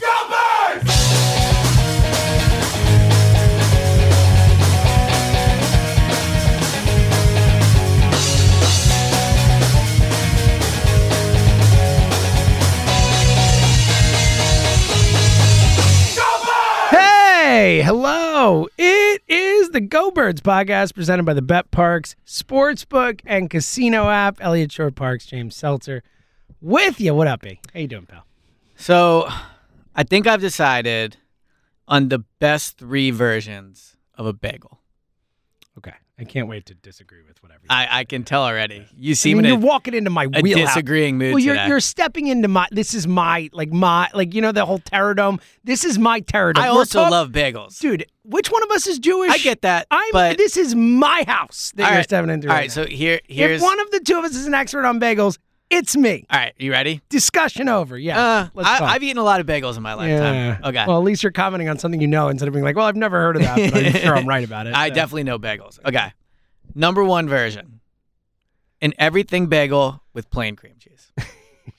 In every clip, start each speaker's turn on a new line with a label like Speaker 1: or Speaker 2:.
Speaker 1: Go Birds!
Speaker 2: Hey, hello. It is the Go Birds podcast presented by the Bet Parks Sportsbook and Casino app. Elliot Shore Parks, James Seltzer with you. What up, B? How you doing, pal?
Speaker 3: So, I think I've decided on the best three versions of a bagel.
Speaker 2: Okay. I can't wait to disagree with whatever. you-
Speaker 3: I, I can tell already. You
Speaker 2: I
Speaker 3: seem
Speaker 2: mean,
Speaker 3: in
Speaker 2: you're
Speaker 3: a-
Speaker 2: walking into my
Speaker 3: a
Speaker 2: wheelhouse.
Speaker 3: disagreeing mood
Speaker 2: Well, you're
Speaker 3: today.
Speaker 2: you're stepping into my. This is my like my like you know the whole terradome. This is my terradome.
Speaker 3: I
Speaker 2: We're
Speaker 3: also
Speaker 2: talk-
Speaker 3: love bagels.
Speaker 2: dude. Which one of us is Jewish?
Speaker 3: I get that,
Speaker 2: I'm.
Speaker 3: but-
Speaker 2: this is my house that
Speaker 3: All
Speaker 2: you're
Speaker 3: right,
Speaker 2: stepping into.
Speaker 3: All right,
Speaker 2: now.
Speaker 3: so here here's
Speaker 2: if one of the two of us is an expert on bagels, it's me.
Speaker 3: All right, you ready?
Speaker 2: Discussion over. Yeah.
Speaker 3: Uh,
Speaker 2: Let's
Speaker 3: I,
Speaker 2: talk.
Speaker 3: I've eaten a lot of bagels in my lifetime.
Speaker 2: yeah.
Speaker 3: Okay.
Speaker 2: Well, at least you're commenting on something you know instead of being like, "Well, I've never heard of that, but I'm sure I'm right about it."
Speaker 3: I
Speaker 2: So-
Speaker 3: definitely know bagels. Okay. Number one version. An everything bagel with plain cream cheese.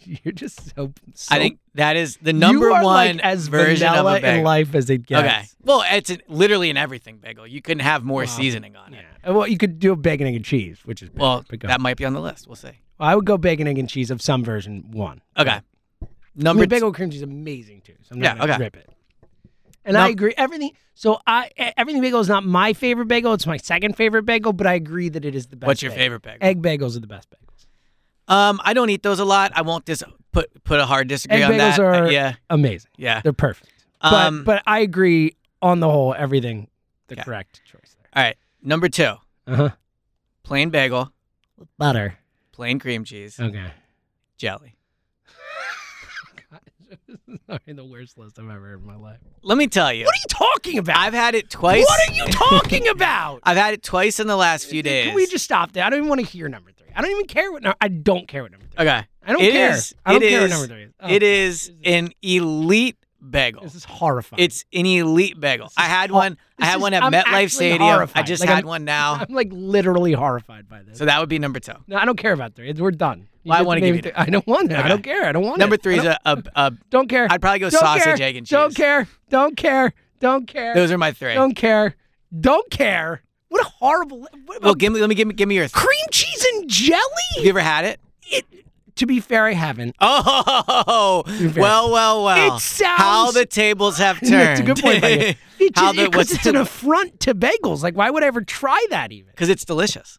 Speaker 2: You're just so. so
Speaker 3: I think that is the number
Speaker 2: you are
Speaker 3: one
Speaker 2: like as
Speaker 3: version of
Speaker 2: vanilla
Speaker 3: a bagel.
Speaker 2: in life as it gets.
Speaker 3: Okay. Well, it's an, literally an everything bagel. You couldn't have more seasoning on it.
Speaker 2: Uh, Well, you could do a bacon, egg, and cheese, which is
Speaker 3: Well,
Speaker 2: perfect, but go-
Speaker 3: that might be on the list. We'll see.
Speaker 2: I would go bacon, egg, and cheese of some version one.
Speaker 3: Okay.
Speaker 2: I
Speaker 3: Number
Speaker 2: mean,
Speaker 3: two.
Speaker 2: bagel cream cheese is amazing too. So I'm not
Speaker 3: Yeah,
Speaker 2: gonna
Speaker 3: okay.
Speaker 2: rip it. And
Speaker 3: Now-
Speaker 2: I agree. Everything. So I e- everything bagel is not my favorite bagel. It's my second favorite bagel, but I agree that it is the best.
Speaker 3: What's your
Speaker 2: bagel.
Speaker 3: favorite bagel?
Speaker 2: Egg bagels are the best bagels.
Speaker 3: Um, I don't eat those a lot. I won't dis- put put a hard disagree
Speaker 2: Egg
Speaker 3: on
Speaker 2: bagels
Speaker 3: that. Uh,
Speaker 2: are
Speaker 3: yeah.
Speaker 2: amazing.
Speaker 3: Yeah.
Speaker 2: They're perfect.
Speaker 3: Um,
Speaker 2: but but I agree on the whole. Everything the
Speaker 3: Yeah.
Speaker 2: correct choice there.
Speaker 3: All right. Number two.
Speaker 2: Uh huh.
Speaker 3: Plain bagel,
Speaker 2: Butter.
Speaker 3: plain cream cheese,
Speaker 2: Okay.
Speaker 3: jelly.
Speaker 2: Sorry, the worst list I've ever heard in my life.
Speaker 3: Let me tell you.
Speaker 2: What are you talking about?
Speaker 3: I've had it twice.
Speaker 2: What are you talking about?
Speaker 3: I've had it twice in the last few days.
Speaker 2: Can we just stop that? I don't even want to hear number three. I don't even care what. No, I don't care what number three.
Speaker 3: Okay.
Speaker 2: I don't
Speaker 3: It
Speaker 2: care.
Speaker 3: is-
Speaker 2: I don't
Speaker 3: it
Speaker 2: care
Speaker 3: is-
Speaker 2: what number three is. Oh,
Speaker 3: It is an elite bagel.
Speaker 2: This is horrifying.
Speaker 3: It's an elite bagel. I had
Speaker 2: hor-
Speaker 3: one. I
Speaker 2: this
Speaker 3: had
Speaker 2: is-
Speaker 3: one at
Speaker 2: I'm actually
Speaker 3: MetLife Stadium. I
Speaker 2: horrified.
Speaker 3: just
Speaker 2: Like,
Speaker 3: had
Speaker 2: I'm-
Speaker 3: one now.
Speaker 2: I'm like literally horrified by this.
Speaker 3: So that would be number two.
Speaker 2: no, I don't care about three. We're done.
Speaker 3: Well, I
Speaker 2: did
Speaker 3: wanna
Speaker 2: the
Speaker 3: give
Speaker 2: name
Speaker 3: you
Speaker 2: th-
Speaker 3: that.
Speaker 2: I don't want it. I
Speaker 3: Okay.
Speaker 2: don't care. I don't want
Speaker 3: Number
Speaker 2: it.
Speaker 3: three
Speaker 2: I
Speaker 3: is
Speaker 2: don't,
Speaker 3: a, a, a.
Speaker 2: don't care.
Speaker 3: I'd probably go
Speaker 2: Don't
Speaker 3: sausage,
Speaker 2: care.
Speaker 3: egg, and
Speaker 2: Don't
Speaker 3: cheese.
Speaker 2: care. Don't care. Don't care.
Speaker 3: Those are my three.
Speaker 2: Don't care. Don't care. What a horrible. What about
Speaker 3: Well, give me. Let me give me. Give me your. Th-
Speaker 2: cream cheese and
Speaker 3: you
Speaker 2: jelly?
Speaker 3: ever had it?
Speaker 2: It, to be fair, I haven't.
Speaker 3: Oh,
Speaker 2: fair.
Speaker 3: well, well, well.
Speaker 2: It sounds-
Speaker 3: How the tables have turned.
Speaker 2: That's a good point. by you. It
Speaker 3: How
Speaker 2: just,
Speaker 3: the,
Speaker 2: because
Speaker 3: what's
Speaker 2: it's an affront to bagels. Like, why would I ever try that even?
Speaker 3: Because it's delicious.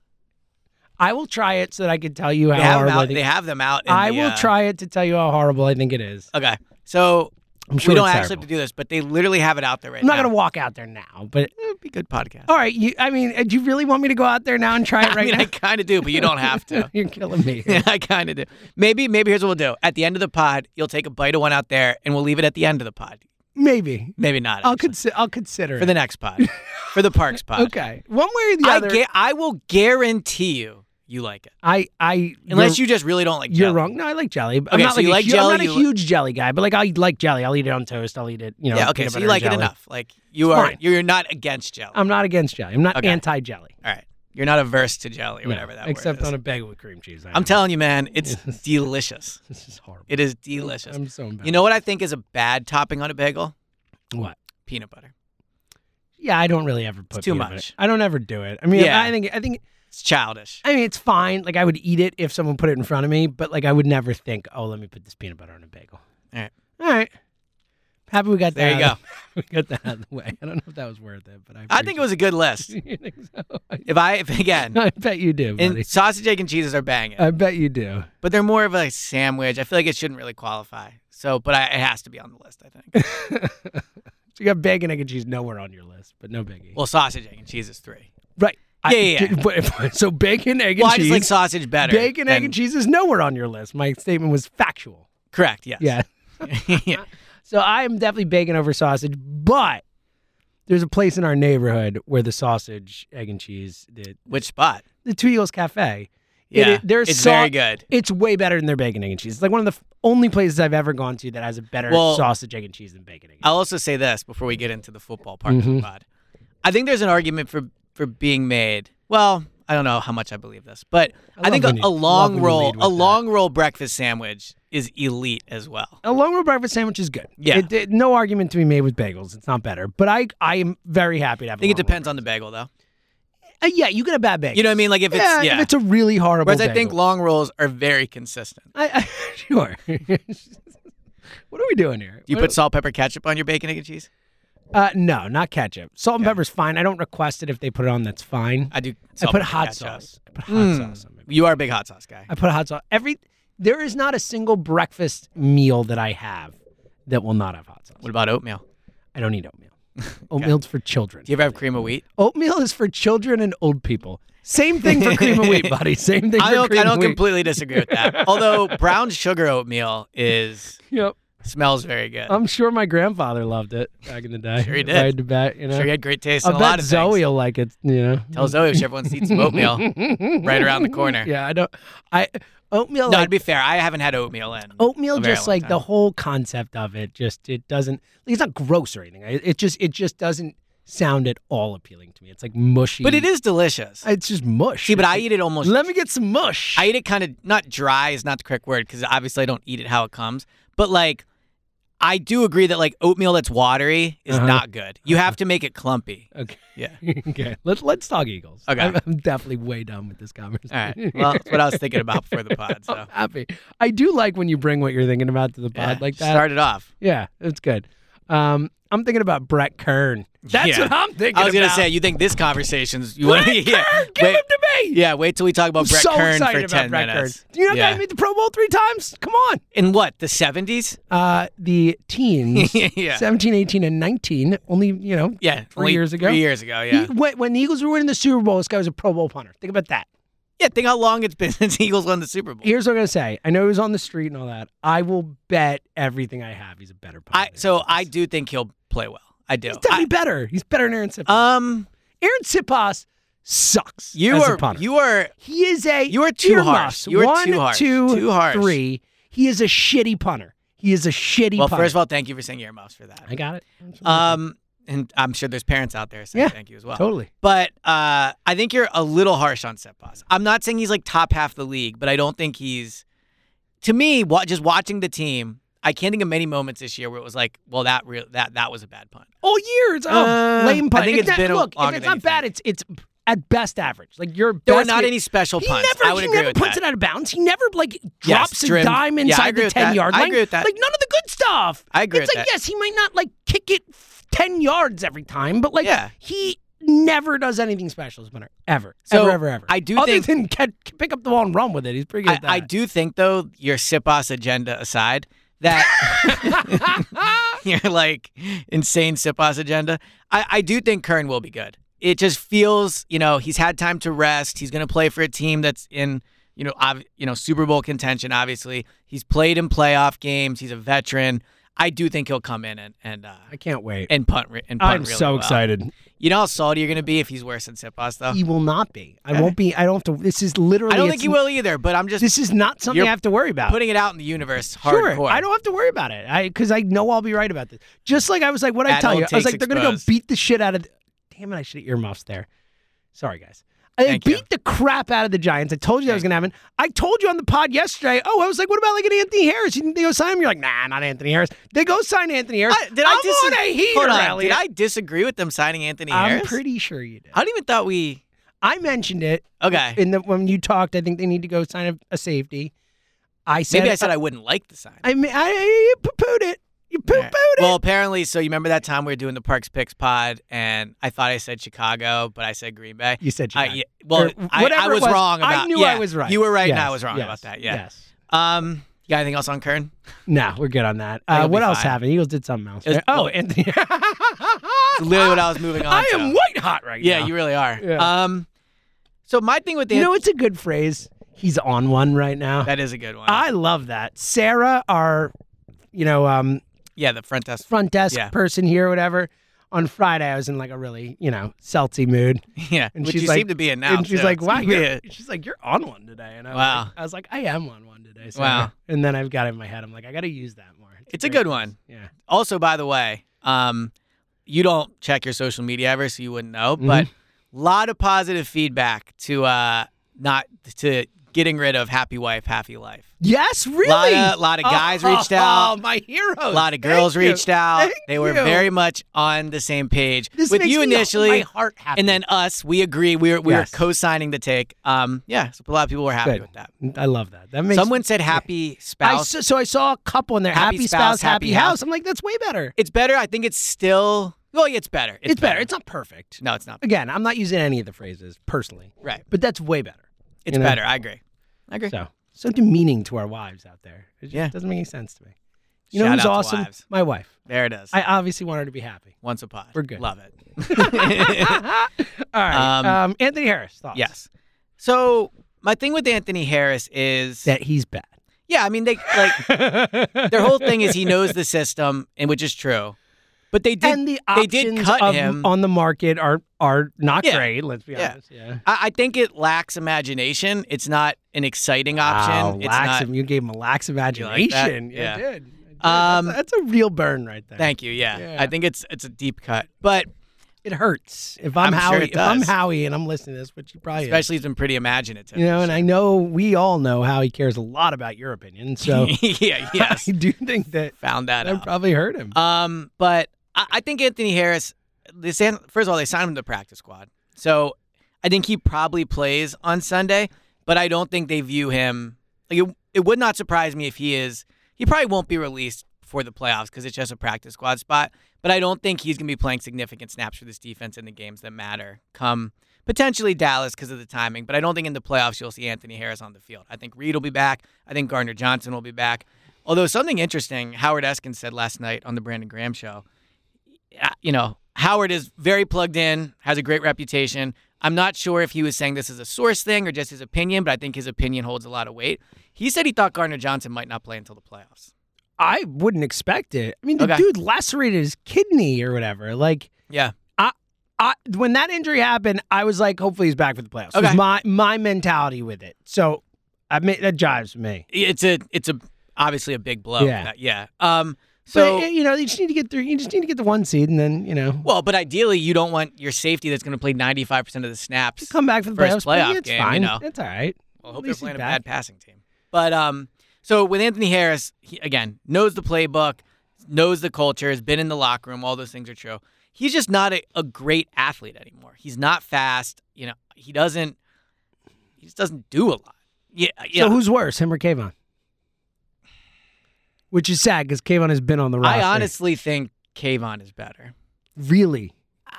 Speaker 2: I will try it so that I can tell you how
Speaker 3: They have, them
Speaker 2: horrible I
Speaker 3: out,
Speaker 2: think
Speaker 3: they have them out. in
Speaker 2: I
Speaker 3: the,
Speaker 2: will
Speaker 3: uh,
Speaker 2: try it to tell you how horrible I think it is.
Speaker 3: Okay, so
Speaker 2: I'm sure
Speaker 3: we don't
Speaker 2: it's
Speaker 3: actually have to
Speaker 2: terrible.
Speaker 3: do this, but they literally have it out there right
Speaker 2: I'm
Speaker 3: now.
Speaker 2: not going to walk out there now, but
Speaker 3: It'd be a good podcast.
Speaker 2: all right. You, I mean, uh, do you really want me to go out there now and try it right
Speaker 3: I mean,
Speaker 2: now?
Speaker 3: I kind of do, but you don't have to.
Speaker 2: You're killing me.
Speaker 3: Yeah, I kind of do. Maybe, maybe here's what we'll do. At the end of the pod, you'll take a bite of one out there, and we'll leave it at the end of the pod.
Speaker 2: Maybe
Speaker 3: Maybe not.
Speaker 2: I'll
Speaker 3: actually.
Speaker 2: consider. I'll consider
Speaker 3: for
Speaker 2: it.
Speaker 3: the next pod, for the Parks pod.
Speaker 2: Okay, one way or the
Speaker 3: I
Speaker 2: other.
Speaker 3: gu- I will guarantee you, you like it,
Speaker 2: I, I,
Speaker 3: unless
Speaker 2: you're,
Speaker 3: you just really don't like.
Speaker 2: you're
Speaker 3: jelly.
Speaker 2: wrong. No, I like jelly. I'm
Speaker 3: Okay,
Speaker 2: not
Speaker 3: so
Speaker 2: like a
Speaker 3: you like
Speaker 2: hu- I'm
Speaker 3: jelly,
Speaker 2: not a
Speaker 3: you li-
Speaker 2: huge jelly guy, but like I like jelly. I'll eat it on toast. I'll eat it. You know.
Speaker 3: yeah.
Speaker 2: with
Speaker 3: Okay.
Speaker 2: peanut
Speaker 3: So
Speaker 2: butter
Speaker 3: you
Speaker 2: or
Speaker 3: like
Speaker 2: jelly.
Speaker 3: it enough. Like you are.
Speaker 2: fine.
Speaker 3: You're not against jelly.
Speaker 2: I'm not against jelly. I'm not
Speaker 3: Okay.
Speaker 2: anti jelly.
Speaker 3: All right. You're not averse to jelly or whatever that
Speaker 2: Except
Speaker 3: word is.
Speaker 2: on a bagel with cream cheese. I
Speaker 3: I'm
Speaker 2: am.
Speaker 3: telling you, man, it's delicious.
Speaker 2: This is horrible.
Speaker 3: It is delicious.
Speaker 2: I'm so embarrassed.
Speaker 3: You know what I think is a bad topping on a bagel?
Speaker 2: what?
Speaker 3: Peanut butter.
Speaker 2: Yeah, I don't really ever put
Speaker 3: too
Speaker 2: peanut butter-
Speaker 3: much.
Speaker 2: I don't ever do it. I mean,
Speaker 3: Yeah.
Speaker 2: I think I think
Speaker 3: It's childish.
Speaker 2: I mean it's fine. Like I would eat it if someone put it in front of me, but like I would never think, oh, let me put this peanut butter on a bagel.
Speaker 3: All right.
Speaker 2: All right. Happy we got
Speaker 3: There
Speaker 2: that.
Speaker 3: you
Speaker 2: out of- we got that out of the way. I don't know if that was worth it, but I.
Speaker 3: I think it was a good list.
Speaker 2: appreciate- You think so?
Speaker 3: If I if, again,
Speaker 2: I bet you do, buddy.
Speaker 3: and sausage, egg, and cheeses are banging,
Speaker 2: I bet you do.
Speaker 3: but they're more of a sandwich. I feel like it shouldn't really qualify. So, but I, it has to be on the list. I think.
Speaker 2: So you got bacon, egg, and cheese nowhere on your list, but no biggie.
Speaker 3: well, sausage, egg, and cheese is three.
Speaker 2: right.
Speaker 3: yeah, yeah, yeah.
Speaker 2: did- but- so bacon, egg, and
Speaker 3: Well, I
Speaker 2: cheese.
Speaker 3: just like sausage better.
Speaker 2: bacon, egg,
Speaker 3: than-
Speaker 2: and cheese is nowhere on your list. My statement was factual.
Speaker 3: Correct. Yes.
Speaker 2: Yeah.
Speaker 3: yeah.
Speaker 2: So I am definitely bacon over sausage, but there's a place in our neighborhood where the sausage, egg, and cheese, the,
Speaker 3: Which spot?
Speaker 2: the Two Eagles Cafe.
Speaker 3: Yeah.
Speaker 2: it, their
Speaker 3: it's
Speaker 2: sau-
Speaker 3: very good.
Speaker 2: It's way better than their bacon, egg, and cheese. It's like one of the f- only places I've ever gone to that has a better
Speaker 3: Well-
Speaker 2: sausage, egg, and cheese than bacon, egg. And
Speaker 3: I'll also say this before we get into the football part
Speaker 2: Mm-hmm.
Speaker 3: of the pod. I think there's an argument for for being made. Well, I don't know how much I believe this, but I,
Speaker 2: love
Speaker 3: think a,
Speaker 2: when you-
Speaker 3: a
Speaker 2: love when you
Speaker 3: long roll,
Speaker 2: lead with
Speaker 3: a
Speaker 2: that.
Speaker 3: long roll breakfast sandwich is elite as well.
Speaker 2: a long roll breakfast sandwich is good.
Speaker 3: Yeah.
Speaker 2: It- it- no argument to be made with bagels. It's not better, but I I am very happy to have.
Speaker 3: I think it depends on the bagel, though.
Speaker 2: Uh, yeah, you get a bad bagel.
Speaker 3: You know what I mean? Like if it's yeah.
Speaker 2: yeah, if it's a really horrible.
Speaker 3: Whereas I think
Speaker 2: bagel.
Speaker 3: long rolls are very consistent.
Speaker 2: I, I, sure. what are we doing here?
Speaker 3: Do you
Speaker 2: What-
Speaker 3: put salt, pepper, ketchup on your bacon, egg, and cheese?
Speaker 2: Uh, no, not ketchup. Salt and pepper's fine. I don't request it if they put it on. That's fine.
Speaker 3: I do.
Speaker 2: I
Speaker 3: Salt,
Speaker 2: put
Speaker 3: pepper,
Speaker 2: hot
Speaker 3: ketchup.
Speaker 2: sauce. I put hot
Speaker 3: Mm.
Speaker 2: sauce on my
Speaker 3: You are a big hot sauce guy.
Speaker 2: I put hot sauce. Every there is not a single breakfast meal that I have that will not have hot sauce.
Speaker 3: What about oatmeal?
Speaker 2: I don't eat oatmeal. Oatmeal's for children.
Speaker 3: Do you ever have cream of wheat?
Speaker 2: Oatmeal is for children and old people. Same thing for cream of wheat, buddy. Same thing
Speaker 3: I
Speaker 2: for
Speaker 3: don't,
Speaker 2: cream
Speaker 3: I
Speaker 2: of
Speaker 3: don't
Speaker 2: wheat.
Speaker 3: completely disagree with that. Although brown sugar oatmeal is
Speaker 2: Yep.
Speaker 3: smells very good.
Speaker 2: I'm sure my grandfather loved it back in the day.
Speaker 3: Sure he
Speaker 2: If I
Speaker 3: did.
Speaker 2: had to bet, you know.
Speaker 3: sure you had great taste
Speaker 2: I
Speaker 3: in a
Speaker 2: bet
Speaker 3: lot of
Speaker 2: Zoe
Speaker 3: things.
Speaker 2: will like it. You know.
Speaker 3: Tell Zoe if she ever wants to eat some oatmeal right around the corner.
Speaker 2: Yeah, I don't. I oatmeal.
Speaker 3: No,
Speaker 2: like,
Speaker 3: to be fair, I haven't had oatmeal in
Speaker 2: oatmeal
Speaker 3: a very
Speaker 2: just
Speaker 3: long
Speaker 2: like the
Speaker 3: time.
Speaker 2: whole concept of it just it doesn't it's not gross or anything it, it just it just doesn't sound at all appealing to me it's like mushy
Speaker 3: But it is delicious.
Speaker 2: it's just mush
Speaker 3: See, but I eat it almost.
Speaker 2: let me get some mush
Speaker 3: I eat it kind of not dry is not the correct word because obviously I don't eat it how it comes. But like, I do agree that like oatmeal that's watery is
Speaker 2: Uh-huh.
Speaker 3: not good. You have to make it clumpy.
Speaker 2: okay
Speaker 3: Yeah.
Speaker 2: okay Let, let's talk eagles
Speaker 3: Okay.
Speaker 2: I'm, I'm definitely way done with this conversation
Speaker 3: All right. Well, that's what I was thinking about before the pod. So
Speaker 2: I'm happy i do like when you bring what you're thinking about to the
Speaker 3: yeah,
Speaker 2: pod like that
Speaker 3: Start it off.
Speaker 2: yeah it's good um i'm thinking about brett kern that's
Speaker 3: Yeah.
Speaker 2: what i'm thinking
Speaker 3: I was gonna
Speaker 2: about.
Speaker 3: say, you think this conversation's you
Speaker 2: Brett
Speaker 3: want to yeah,
Speaker 2: Kern, give
Speaker 3: wait,
Speaker 2: him to me
Speaker 3: yeah, wait till we talk about Brett
Speaker 2: so
Speaker 3: Kern
Speaker 2: excited
Speaker 3: for
Speaker 2: about
Speaker 3: ten
Speaker 2: Brett
Speaker 3: minutes.
Speaker 2: Kern. Do you know
Speaker 3: yeah.
Speaker 2: that I made the Pro Bowl three times? Come on.
Speaker 3: in what the seventies?
Speaker 2: Uh, the teens,
Speaker 3: Yeah.
Speaker 2: 17, 18, and 19, only, you know,
Speaker 3: Yeah,
Speaker 2: three
Speaker 3: only
Speaker 2: years ago.
Speaker 3: Three years ago, yeah.
Speaker 2: He- when, when the Eagles were winning the Super Bowl, this guy was a Pro Bowl punter. Think about that.
Speaker 3: Yeah, think how long it's been since Eagles won the Super Bowl.
Speaker 2: Here's what I'm going to say. I know he was on the street and all that. I will bet everything I have he's a better punter.
Speaker 3: I
Speaker 2: than
Speaker 3: so
Speaker 2: he
Speaker 3: I
Speaker 2: is.
Speaker 3: do think he'll play well. I do.
Speaker 2: He's definitely better. He's better than Aaron Sipos.
Speaker 3: I, um,
Speaker 2: Aaron Sipos sucks
Speaker 3: you
Speaker 2: as a
Speaker 3: are
Speaker 2: punter.
Speaker 3: you are
Speaker 2: He is a
Speaker 3: You are too
Speaker 2: earmuffs.
Speaker 3: harsh. You are
Speaker 2: One,
Speaker 3: too harsh.
Speaker 2: two,
Speaker 3: Too harsh.
Speaker 2: three. He is a shitty punter. He is a shitty
Speaker 3: well.
Speaker 2: punter.
Speaker 3: First of all, thank you for saying earmuffs for that.
Speaker 2: I got it.
Speaker 3: Um, and I'm sure there's parents out there saying
Speaker 2: Yeah,
Speaker 3: thank you as well.
Speaker 2: totally.
Speaker 3: But uh, I think you're a little harsh on Sepas. I'm not saying he's like top half the league, but I don't think he's. To me, wa- just watching the team, I can't think of many moments this year where it was like, well, that real that that was a bad punt.
Speaker 2: All year, it's oh,
Speaker 3: Uh,
Speaker 2: lame punt.
Speaker 3: I think
Speaker 2: If
Speaker 3: it's
Speaker 2: that-
Speaker 3: been
Speaker 2: look, if
Speaker 3: longer
Speaker 2: it's
Speaker 3: than
Speaker 2: not
Speaker 3: you
Speaker 2: bad,
Speaker 3: think.
Speaker 2: it's it's at best average. Like your
Speaker 3: There were
Speaker 2: best
Speaker 3: not
Speaker 2: ga-
Speaker 3: any special
Speaker 2: He
Speaker 3: punts.
Speaker 2: never,
Speaker 3: I would
Speaker 2: he
Speaker 3: agree
Speaker 2: never
Speaker 3: with
Speaker 2: puts
Speaker 3: that.
Speaker 2: it out of bounds. He never like
Speaker 3: Yes,
Speaker 2: drops a
Speaker 3: trimmed.
Speaker 2: dime
Speaker 3: Yeah, I
Speaker 2: inside
Speaker 3: agree
Speaker 2: the
Speaker 3: with that.
Speaker 2: ten yard
Speaker 3: I
Speaker 2: line.
Speaker 3: agree with that.
Speaker 2: Like none of the good stuff.
Speaker 3: I agree
Speaker 2: It's
Speaker 3: with
Speaker 2: like
Speaker 3: that.
Speaker 2: yes, he might not like kick it f- ten yards every time, but like
Speaker 3: Yeah.
Speaker 2: he never does anything special as a punter ever,
Speaker 3: So,
Speaker 2: ever, ever, ever.
Speaker 3: I do
Speaker 2: other
Speaker 3: think-
Speaker 2: than catch, pick up the ball and run with it. He's pretty good
Speaker 3: I,
Speaker 2: at that.
Speaker 3: I do think though, your Sipos agenda aside, that your like insane Sipos agenda, I, I do think Kern will be good. It just feels, you know, he's had time to rest. He's going to play for a team that's in, you know, ob- you know, Super Bowl contention. Obviously, he's played in playoff games. He's a veteran. I do think he'll come in and and uh,
Speaker 2: I can't wait.
Speaker 3: and punt. Re- and punt
Speaker 2: I'm
Speaker 3: really
Speaker 2: so
Speaker 3: well.
Speaker 2: excited.
Speaker 3: You know how salty you're going to be if he's worse than Sipos, though.
Speaker 2: He will not be. I won't be. I don't have to. This is literally.
Speaker 3: I don't
Speaker 2: it's-
Speaker 3: think he will either. But I'm just
Speaker 2: This is not something
Speaker 3: You're
Speaker 2: I have to worry about.
Speaker 3: putting it out in the universe.
Speaker 2: Sure,
Speaker 3: Hardcore.
Speaker 2: I don't have to worry about it. I because I know I'll be right about this. Just like I was like, what I
Speaker 3: Adult
Speaker 2: tell you, I was
Speaker 3: takes
Speaker 2: like, they're gonna go
Speaker 3: exposed.
Speaker 2: beat the shit out of. Damn it! I should have earmuffs there. Sorry, guys. And they
Speaker 3: Thank
Speaker 2: beat
Speaker 3: you.
Speaker 2: the crap out of the Giants. I told you that was going to happen. I told you on the pod yesterday. Oh, I was like, what about like an Anthony Harris? You think they go sign him? You're like, nah, not Anthony Harris. They go sign Anthony Harris.
Speaker 3: I, did
Speaker 2: I'm
Speaker 3: I dis-
Speaker 2: on a heater,
Speaker 3: Hold on,
Speaker 2: Elliot.
Speaker 3: Did I disagree with them signing Anthony
Speaker 2: I'm
Speaker 3: Harris?
Speaker 2: pretty sure you did.
Speaker 3: I don't even thought we.
Speaker 2: I mentioned it
Speaker 3: Okay.
Speaker 2: in the when you talked. I think they need to go sign a, a safety. I said
Speaker 3: Maybe I said I wouldn't like the sign.
Speaker 2: I mean, I, I you poo-pooed it. You poo-pooed it.
Speaker 3: Well, apparently, so you remember that time we were doing the Parks Picks pod, and I thought I said Chicago, but I said Green Bay.
Speaker 2: you said you.
Speaker 3: I,
Speaker 2: had it.
Speaker 3: yeah, well,
Speaker 2: Or
Speaker 3: I,
Speaker 2: whatever
Speaker 3: I
Speaker 2: it
Speaker 3: was,
Speaker 2: was,
Speaker 3: wrong
Speaker 2: I
Speaker 3: about.
Speaker 2: knew
Speaker 3: yeah,
Speaker 2: I was right.
Speaker 3: You were right, and I
Speaker 2: Yes,
Speaker 3: was wrong
Speaker 2: yes,
Speaker 3: about that. Yeah.
Speaker 2: Yes.
Speaker 3: Um, you got anything else on Kern?
Speaker 2: No, we're good on that.
Speaker 3: think
Speaker 2: Uh,
Speaker 3: it'll
Speaker 2: what
Speaker 3: be
Speaker 2: else
Speaker 3: fine.
Speaker 2: happened? Eagles did something else.
Speaker 3: It was-
Speaker 2: right? oh,
Speaker 3: well-
Speaker 2: Anthony.
Speaker 3: It's literally what I was moving on.
Speaker 2: Ah, I am
Speaker 3: to.
Speaker 2: white hot right
Speaker 3: Yeah,
Speaker 2: now.
Speaker 3: you really are.
Speaker 2: Yeah.
Speaker 3: Um, so my thing with the
Speaker 2: You know, it's a good phrase. He's on one right now.
Speaker 3: that is a good one.
Speaker 2: I love that. Sarah, our, you know, um,
Speaker 3: yeah, the front desk.
Speaker 2: front desk
Speaker 3: Yeah.
Speaker 2: person here, or whatever. On Friday, I was in like a really, you know, salty mood,
Speaker 3: Yeah,
Speaker 2: And
Speaker 3: which
Speaker 2: she's
Speaker 3: you
Speaker 2: like-
Speaker 3: seem to be in now.
Speaker 2: and she's
Speaker 3: too.
Speaker 2: like,
Speaker 3: It's
Speaker 2: "Wow,
Speaker 3: gonna be
Speaker 2: you're,
Speaker 3: a-
Speaker 2: she's like, you're on one today," and I was,
Speaker 3: Wow.
Speaker 2: like, I was like, "I am on one today." Sarah."
Speaker 3: Wow.
Speaker 2: And then I've got it in my head. I'm like, I got to use that more.
Speaker 3: It's a
Speaker 2: great
Speaker 3: good one.
Speaker 2: phrase. Yeah.
Speaker 3: Also, by the way, um, you don't check your social media ever, so you wouldn't know.
Speaker 2: Mm-hmm.
Speaker 3: But a lot of positive feedback to uh, not to getting rid of happy wife, happy life.
Speaker 2: Yes, really.
Speaker 3: Lotta- lotta guys reached out.
Speaker 2: Oh, my heroes.
Speaker 3: a lot of girls reached out. they were very much on the same page
Speaker 2: This
Speaker 3: with
Speaker 2: makes
Speaker 3: you
Speaker 2: me-
Speaker 3: initially,
Speaker 2: my heart happy.
Speaker 3: and then us. We agree. We were we
Speaker 2: Yes.
Speaker 3: were co-signing the take. Um, yeah, so a lot of people were happy
Speaker 2: Good.
Speaker 3: with that.
Speaker 2: I love that. That makes
Speaker 3: Someone said happy
Speaker 2: I
Speaker 3: spouse.
Speaker 2: so, so I saw a couple in there. Happy,
Speaker 3: Happy
Speaker 2: spouse,
Speaker 3: spouse,
Speaker 2: happy
Speaker 3: happy
Speaker 2: house.
Speaker 3: house.
Speaker 2: I'm like, that's way better.
Speaker 3: it's better. I think it's still. Well, yeah, it's better.
Speaker 2: It's, better. It's not perfect.
Speaker 3: no, it's not.
Speaker 2: Again, I'm not using any of the phrases personally,
Speaker 3: Right.
Speaker 2: but that's way better.
Speaker 3: It's
Speaker 2: You know?
Speaker 3: better. I agree. I agree.
Speaker 2: So so demeaning to our wives out there. It just
Speaker 3: Yeah.
Speaker 2: doesn't make any sense to me. You know
Speaker 3: Shout
Speaker 2: who's
Speaker 3: out to
Speaker 2: awesome?
Speaker 3: wives.
Speaker 2: My wife.
Speaker 3: There it is.
Speaker 2: I obviously want her to be happy.
Speaker 3: Once a pod.
Speaker 2: We're good.
Speaker 3: Love it.
Speaker 2: All right. Um,
Speaker 3: Um,
Speaker 2: Anthony Harris thoughts.
Speaker 3: yes. So my thing with Anthony Harris is
Speaker 2: That he's bad.
Speaker 3: yeah, I mean they like their whole thing is he knows the system, and which is true. But they did
Speaker 2: and the
Speaker 3: they
Speaker 2: options
Speaker 3: did cut
Speaker 2: of-
Speaker 3: him.
Speaker 2: on the market are are not
Speaker 3: Yeah.
Speaker 2: great. Let's be
Speaker 3: Yeah.
Speaker 2: honest. Yeah.
Speaker 3: I, I think it lacks imagination. It's not an exciting option.
Speaker 2: Wow,
Speaker 3: it's
Speaker 2: lax,
Speaker 3: not.
Speaker 2: you gave him a lax
Speaker 3: like that?
Speaker 2: imagination.
Speaker 3: Yeah.
Speaker 2: I did. I did.
Speaker 3: Um,
Speaker 2: that's, a, that's a real burn right there.
Speaker 3: Thank you. Yeah.
Speaker 2: Yeah. Oh,
Speaker 3: I think it's it's a deep cut, but
Speaker 2: It hurts if I'm,
Speaker 3: I'm sure
Speaker 2: Howie.
Speaker 3: it
Speaker 2: if I'm
Speaker 3: does.
Speaker 2: Howie and I'm listening to this, which you probably is,
Speaker 3: especially he's been pretty imaginative.
Speaker 2: you know, and I know we all know how he cares a lot about your opinion. So
Speaker 3: yeah. Yes.
Speaker 2: I do think that
Speaker 3: Found that
Speaker 2: that
Speaker 3: out.
Speaker 2: probably hurt him.
Speaker 3: Um, but I, I think Anthony Harris. They san- first of all, they signed him to the practice squad, so I think he probably plays on Sunday. But I don't think they view him. Like it, it would not surprise me if he is. He probably won't be released for the playoffs because it's just a practice squad spot. But I don't think he's going to be playing significant snaps for this defense in the games that matter. Come potentially Dallas because of the timing, but I don't think in the playoffs you'll see Anthony Harris on the field. I think Reed will be back. I think Gardner Johnson will be back. Although something interesting, Howard Eskin said last night on the Brandon Graham show, uh, you know, Howard is very plugged in, has a great reputation. I'm not sure if he was saying this is a source thing or just his opinion, but I think his opinion holds a lot of weight. He said he thought Gardner Johnson might not play until the playoffs.
Speaker 2: I wouldn't expect it. I mean, the
Speaker 3: Okay.
Speaker 2: dude lacerated his kidney or whatever. Like,
Speaker 3: Yeah.
Speaker 2: I, when that injury happened, I was like, hopefully he's back for the playoffs. Was
Speaker 3: Okay.
Speaker 2: my my mentality with it. So I mean, that jives with me.
Speaker 3: It's a it's a obviously a big blow.
Speaker 2: Yeah.
Speaker 3: yeah. Um
Speaker 2: So
Speaker 3: so
Speaker 2: you know, you just need to get through. You just need to get the one seed, and then you know,
Speaker 3: well, but ideally you don't want your safety that's going to play 95% of the snaps.
Speaker 2: come back for the playoffs.
Speaker 3: first
Speaker 2: but yeah,
Speaker 3: playoff
Speaker 2: it's
Speaker 3: game, you
Speaker 2: fine.
Speaker 3: know.
Speaker 2: It's all right.
Speaker 3: Well,
Speaker 2: At
Speaker 3: I hope they're
Speaker 2: least he's
Speaker 3: playing a
Speaker 2: back.
Speaker 3: bad passing team. But um, so with Anthony Harris, he, again, knows the playbook, knows the culture, has been in the locker room. All those things are true. He's just not a, a great athlete anymore. He's not fast. You know, he doesn't. He just doesn't do a lot. Yeah, uh, yeah.
Speaker 2: So who's worse, him or Kayvon? Which is sad because Kayvon has been on the roster.
Speaker 3: I honestly think Kayvon is better.
Speaker 2: really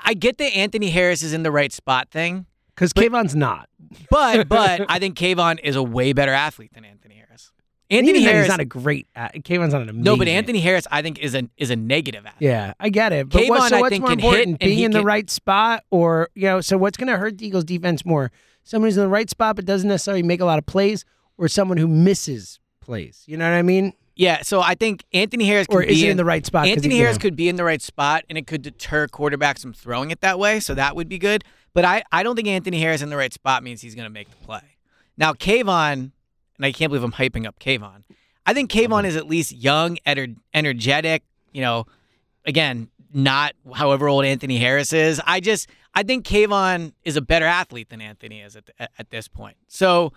Speaker 3: I get that Anthony Harris is in the right spot thing,
Speaker 2: because Kayvon's not.
Speaker 3: but but I think Kayvon is a way better athlete than Anthony Harris. Anthony
Speaker 2: Even then,
Speaker 3: Harris,
Speaker 2: he's not a great. Uh, Kayvon's not an amazing.
Speaker 3: no, but Anthony Harris, I think is a is a negative athlete.
Speaker 2: Yeah, I get it. But what,
Speaker 3: Kayvon,
Speaker 2: so
Speaker 3: I
Speaker 2: what's
Speaker 3: think,
Speaker 2: more
Speaker 3: can hit
Speaker 2: important,
Speaker 3: and he
Speaker 2: being in the
Speaker 3: can-
Speaker 2: right spot, or you know, so what's going to hurt the Eagles' defense more? Someone who's in the right spot but doesn't necessarily make a lot of plays, or someone who misses plays. You know what I mean?
Speaker 3: Yeah, so I think Anthony Harris could
Speaker 2: Or
Speaker 3: be
Speaker 2: is he in the right spot? 'cause
Speaker 3: Anthony
Speaker 2: he-
Speaker 3: Harris
Speaker 2: yeah.
Speaker 3: could be in the right spot, and it could deter quarterbacks from throwing it that way. So that would be good. But I, I don't think Anthony Harris in the right spot means he's going to make the play. Now Kayvon, and I can't believe I'm hyping up
Speaker 2: Mm-hmm.
Speaker 3: Kayvon. I think Kayvon is at least young, ener- energetic. You know, again, not however old Anthony Harris is. I just I think Kayvon is a better athlete than Anthony is at, at, at this point. So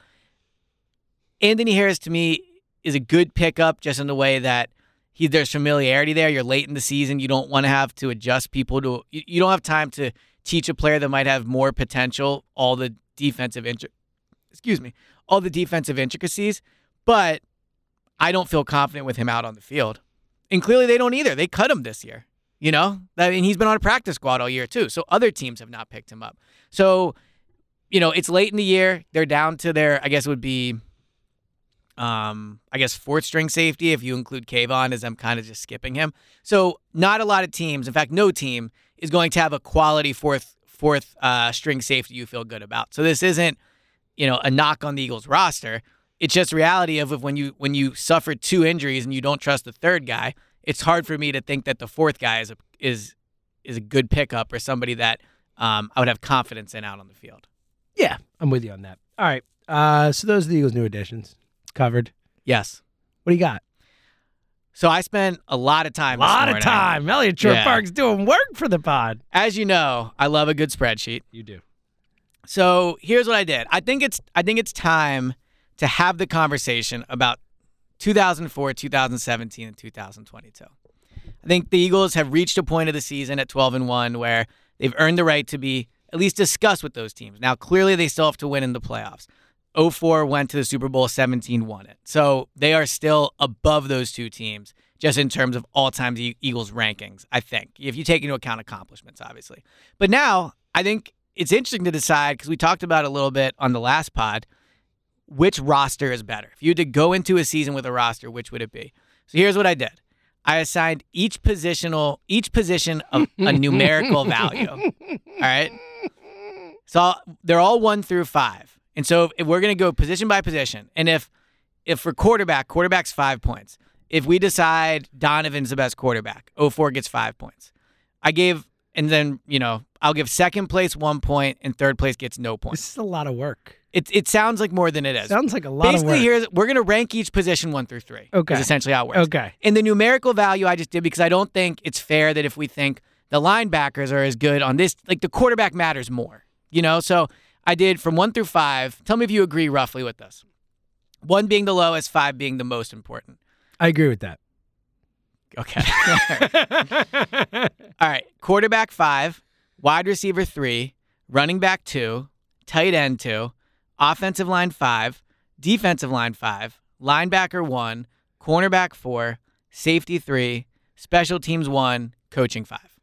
Speaker 3: Anthony Harris to me is a good pickup just in the way that he there's familiarity there. You're late in the season. You don't want to have to adjust people to you, you don't have time to teach a player that might have more potential all the defensive intri- excuse me, all the defensive intricacies, but I don't feel confident with him out on the field. And clearly they don't either. They cut him this year. You know? I mean he's been on a practice squad all year too. So other teams have not picked him up. So, you know, it's late in the year. They're down to their I guess it would be um, I guess fourth string safety if you include Kayvon, as I'm kind of just skipping him. So not a lot of teams, in fact, no team is going to have a quality fourth fourth uh, string safety you feel good about. So this isn't, you know, a knock on the Eagles roster. It's just reality of, of when you when you suffer two injuries and you don't trust the third guy. It's hard for me to think that the fourth guy is a, is is a good pickup or somebody that um, I would have confidence in out on the field.
Speaker 2: Yeah, I'm with you on that. All right. Uh, so those are the Eagles' new additions. It's covered.
Speaker 3: Yes.
Speaker 2: What do you got?
Speaker 3: So I spent a lot of time.
Speaker 2: A lot
Speaker 3: this
Speaker 2: of
Speaker 3: morning.
Speaker 2: time. Elliot Short
Speaker 3: Yeah.
Speaker 2: Park's doing work for the pod.
Speaker 3: As you know, I love a good spreadsheet.
Speaker 2: You do.
Speaker 3: So here's what I did. I think it's I think it's time to have the conversation about 2004, 2017, and 2022. I think the Eagles have reached a point of the season at 12 and 1 where they've earned the right to be at least discussed with those teams. Now, clearly they still have to win in the playoffs. 04 went to the Super Bowl, 17 won it. So they are still above those two teams just in terms of all-time E- Eagles rankings, I think. If you take into account accomplishments, obviously. But now, I think it's interesting to decide because we talked about it a little bit on the last pod which roster is better. If you had to go into a season with a roster, which would it be? So here's what I did. I assigned each positional each position of a numerical value. All right. So I'll- they're all one through five. And so if we're gonna go position by position, and if if for quarterback, quarterback's five points. If we decide Donovan's the best quarterback, 04 gets five points. I gave and then, you know, I'll give second place one point and third place gets no points.
Speaker 2: This is a lot of work.
Speaker 3: It, it sounds like more than it is.
Speaker 2: Sounds like a lot
Speaker 3: Basically,
Speaker 2: of work.
Speaker 3: here's we're gonna rank each position one through three.
Speaker 2: Okay.
Speaker 3: is essentially how it works.
Speaker 2: Okay.
Speaker 3: And the numerical value I just did because I don't think it's fair that if we think the linebackers are as good on this, like the quarterback matters more. You know, so I did from one through five. Tell me if you agree roughly with this. One being the lowest, five being the most important.
Speaker 2: I agree with that.
Speaker 3: Okay. All right. Quarterback five, wide receiver three, running back two, tight end two, offensive line five, defensive line five, linebacker one, cornerback four, safety three, special teams one, coaching five.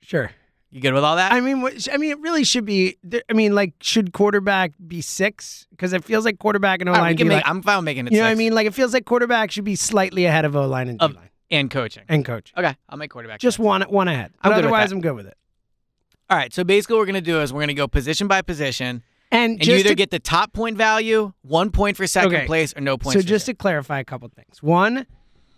Speaker 2: Sure.
Speaker 3: You good with all that?
Speaker 2: I mean, what, I mean, it really should be. there- I mean, like, should quarterback be six? Because it feels like quarterback and O
Speaker 3: All right, we
Speaker 2: line.
Speaker 3: can
Speaker 2: D-line-
Speaker 3: make- I'm fine with making
Speaker 2: you
Speaker 3: it
Speaker 2: know what I
Speaker 3: six.
Speaker 2: mean? Like, it feels like quarterback should be slightly ahead of O line and D
Speaker 3: Of-
Speaker 2: line
Speaker 3: And coaching.
Speaker 2: and coach.
Speaker 3: Okay, I'll make quarterback.
Speaker 2: Just
Speaker 3: five.
Speaker 2: one, one ahead. But
Speaker 3: I'm good with
Speaker 2: otherwise,
Speaker 3: that.
Speaker 2: I'm good with it.
Speaker 3: All right. So basically, what we're gonna do is we're gonna go position by position,
Speaker 2: And,
Speaker 3: and
Speaker 2: just
Speaker 3: you either
Speaker 2: to-
Speaker 3: get the top point value, one point for second
Speaker 2: Okay.
Speaker 3: place, or no points.
Speaker 2: so
Speaker 3: for
Speaker 2: just
Speaker 3: zero.
Speaker 2: to clarify a couple things. One,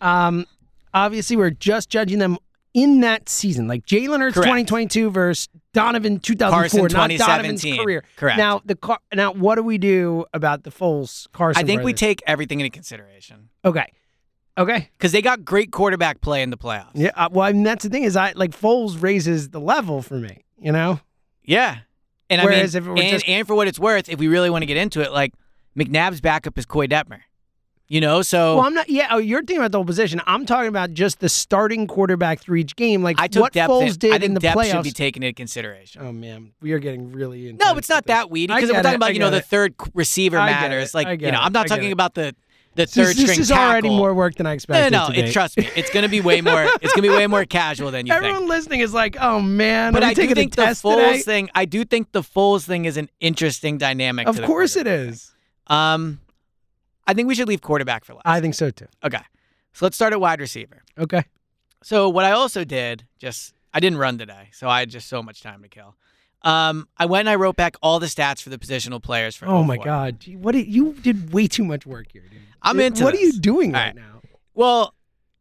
Speaker 2: um, obviously we're just judging them in that season, like Jalen Hurts
Speaker 3: Correct.
Speaker 2: 2022 versus Donovan 2004,
Speaker 3: Carson
Speaker 2: not Donovan's
Speaker 3: 2017.
Speaker 2: career.
Speaker 3: Correct.
Speaker 2: Now the car- now what do we do about the Foles Carson?
Speaker 3: I think we
Speaker 2: brothers?
Speaker 3: take everything into consideration
Speaker 2: okay, okay,
Speaker 3: because they got great quarterback play in the playoffs.
Speaker 2: yeah. Uh, well, I mean that's the thing is I like Foles raises the level for me, you know.
Speaker 3: yeah. And
Speaker 2: Whereas
Speaker 3: I
Speaker 2: if it
Speaker 3: mean,
Speaker 2: were
Speaker 3: and,
Speaker 2: just-
Speaker 3: and for what it's worth, if we really want to get into it, like McNabb's backup is Coy Detmer. You know, so
Speaker 2: Well, I'm not. Yeah, oh, you're thinking about the whole position. I'm talking about just the starting quarterback through each game, like
Speaker 3: I took
Speaker 2: what
Speaker 3: depth.
Speaker 2: Foles
Speaker 3: in-
Speaker 2: did
Speaker 3: I think
Speaker 2: in the
Speaker 3: depth
Speaker 2: playoffs.
Speaker 3: should be taken into consideration.
Speaker 2: oh man, we are getting really into.
Speaker 3: No, it's not that weedy because we're talking about you know the third c- receiver
Speaker 2: I get
Speaker 3: matters.
Speaker 2: it.
Speaker 3: Like
Speaker 2: I
Speaker 3: you
Speaker 2: get
Speaker 3: know,
Speaker 2: it.
Speaker 3: I'm not
Speaker 2: I get
Speaker 3: talking
Speaker 2: it.
Speaker 3: about the the third
Speaker 2: this,
Speaker 3: string.
Speaker 2: This is already
Speaker 3: tackle.
Speaker 2: more work than I
Speaker 3: No,
Speaker 2: expected.
Speaker 3: no,
Speaker 2: to
Speaker 3: no. It,
Speaker 2: be.
Speaker 3: trust me, it's going to be way more. It's going to be way more casual than you think.
Speaker 2: Everyone listening is like, "Oh man,
Speaker 3: But
Speaker 2: are we
Speaker 3: I do
Speaker 2: taking
Speaker 3: think
Speaker 2: the
Speaker 3: the
Speaker 2: test
Speaker 3: Foles
Speaker 2: today?"
Speaker 3: thing. I do think the Foles thing is an interesting dynamic.
Speaker 2: Of
Speaker 3: to the
Speaker 2: course it
Speaker 3: quarterback.
Speaker 2: is.
Speaker 3: Um, I think we should leave quarterback for last.
Speaker 2: I think so too.
Speaker 3: okay, so let's start at wide receiver.
Speaker 2: Okay,
Speaker 3: So what I also did, just I didn't run today, so I had just so much time to kill. Um, I went and I wrote back all the stats for the positional players. For
Speaker 2: Oh my
Speaker 3: 04.
Speaker 2: God, Gee, what did, you did way too much work here, dude.
Speaker 3: I'm
Speaker 2: Dude,
Speaker 3: into
Speaker 2: What are you
Speaker 3: this.
Speaker 2: doing
Speaker 3: All
Speaker 2: right,
Speaker 3: right.
Speaker 2: now?
Speaker 3: Well,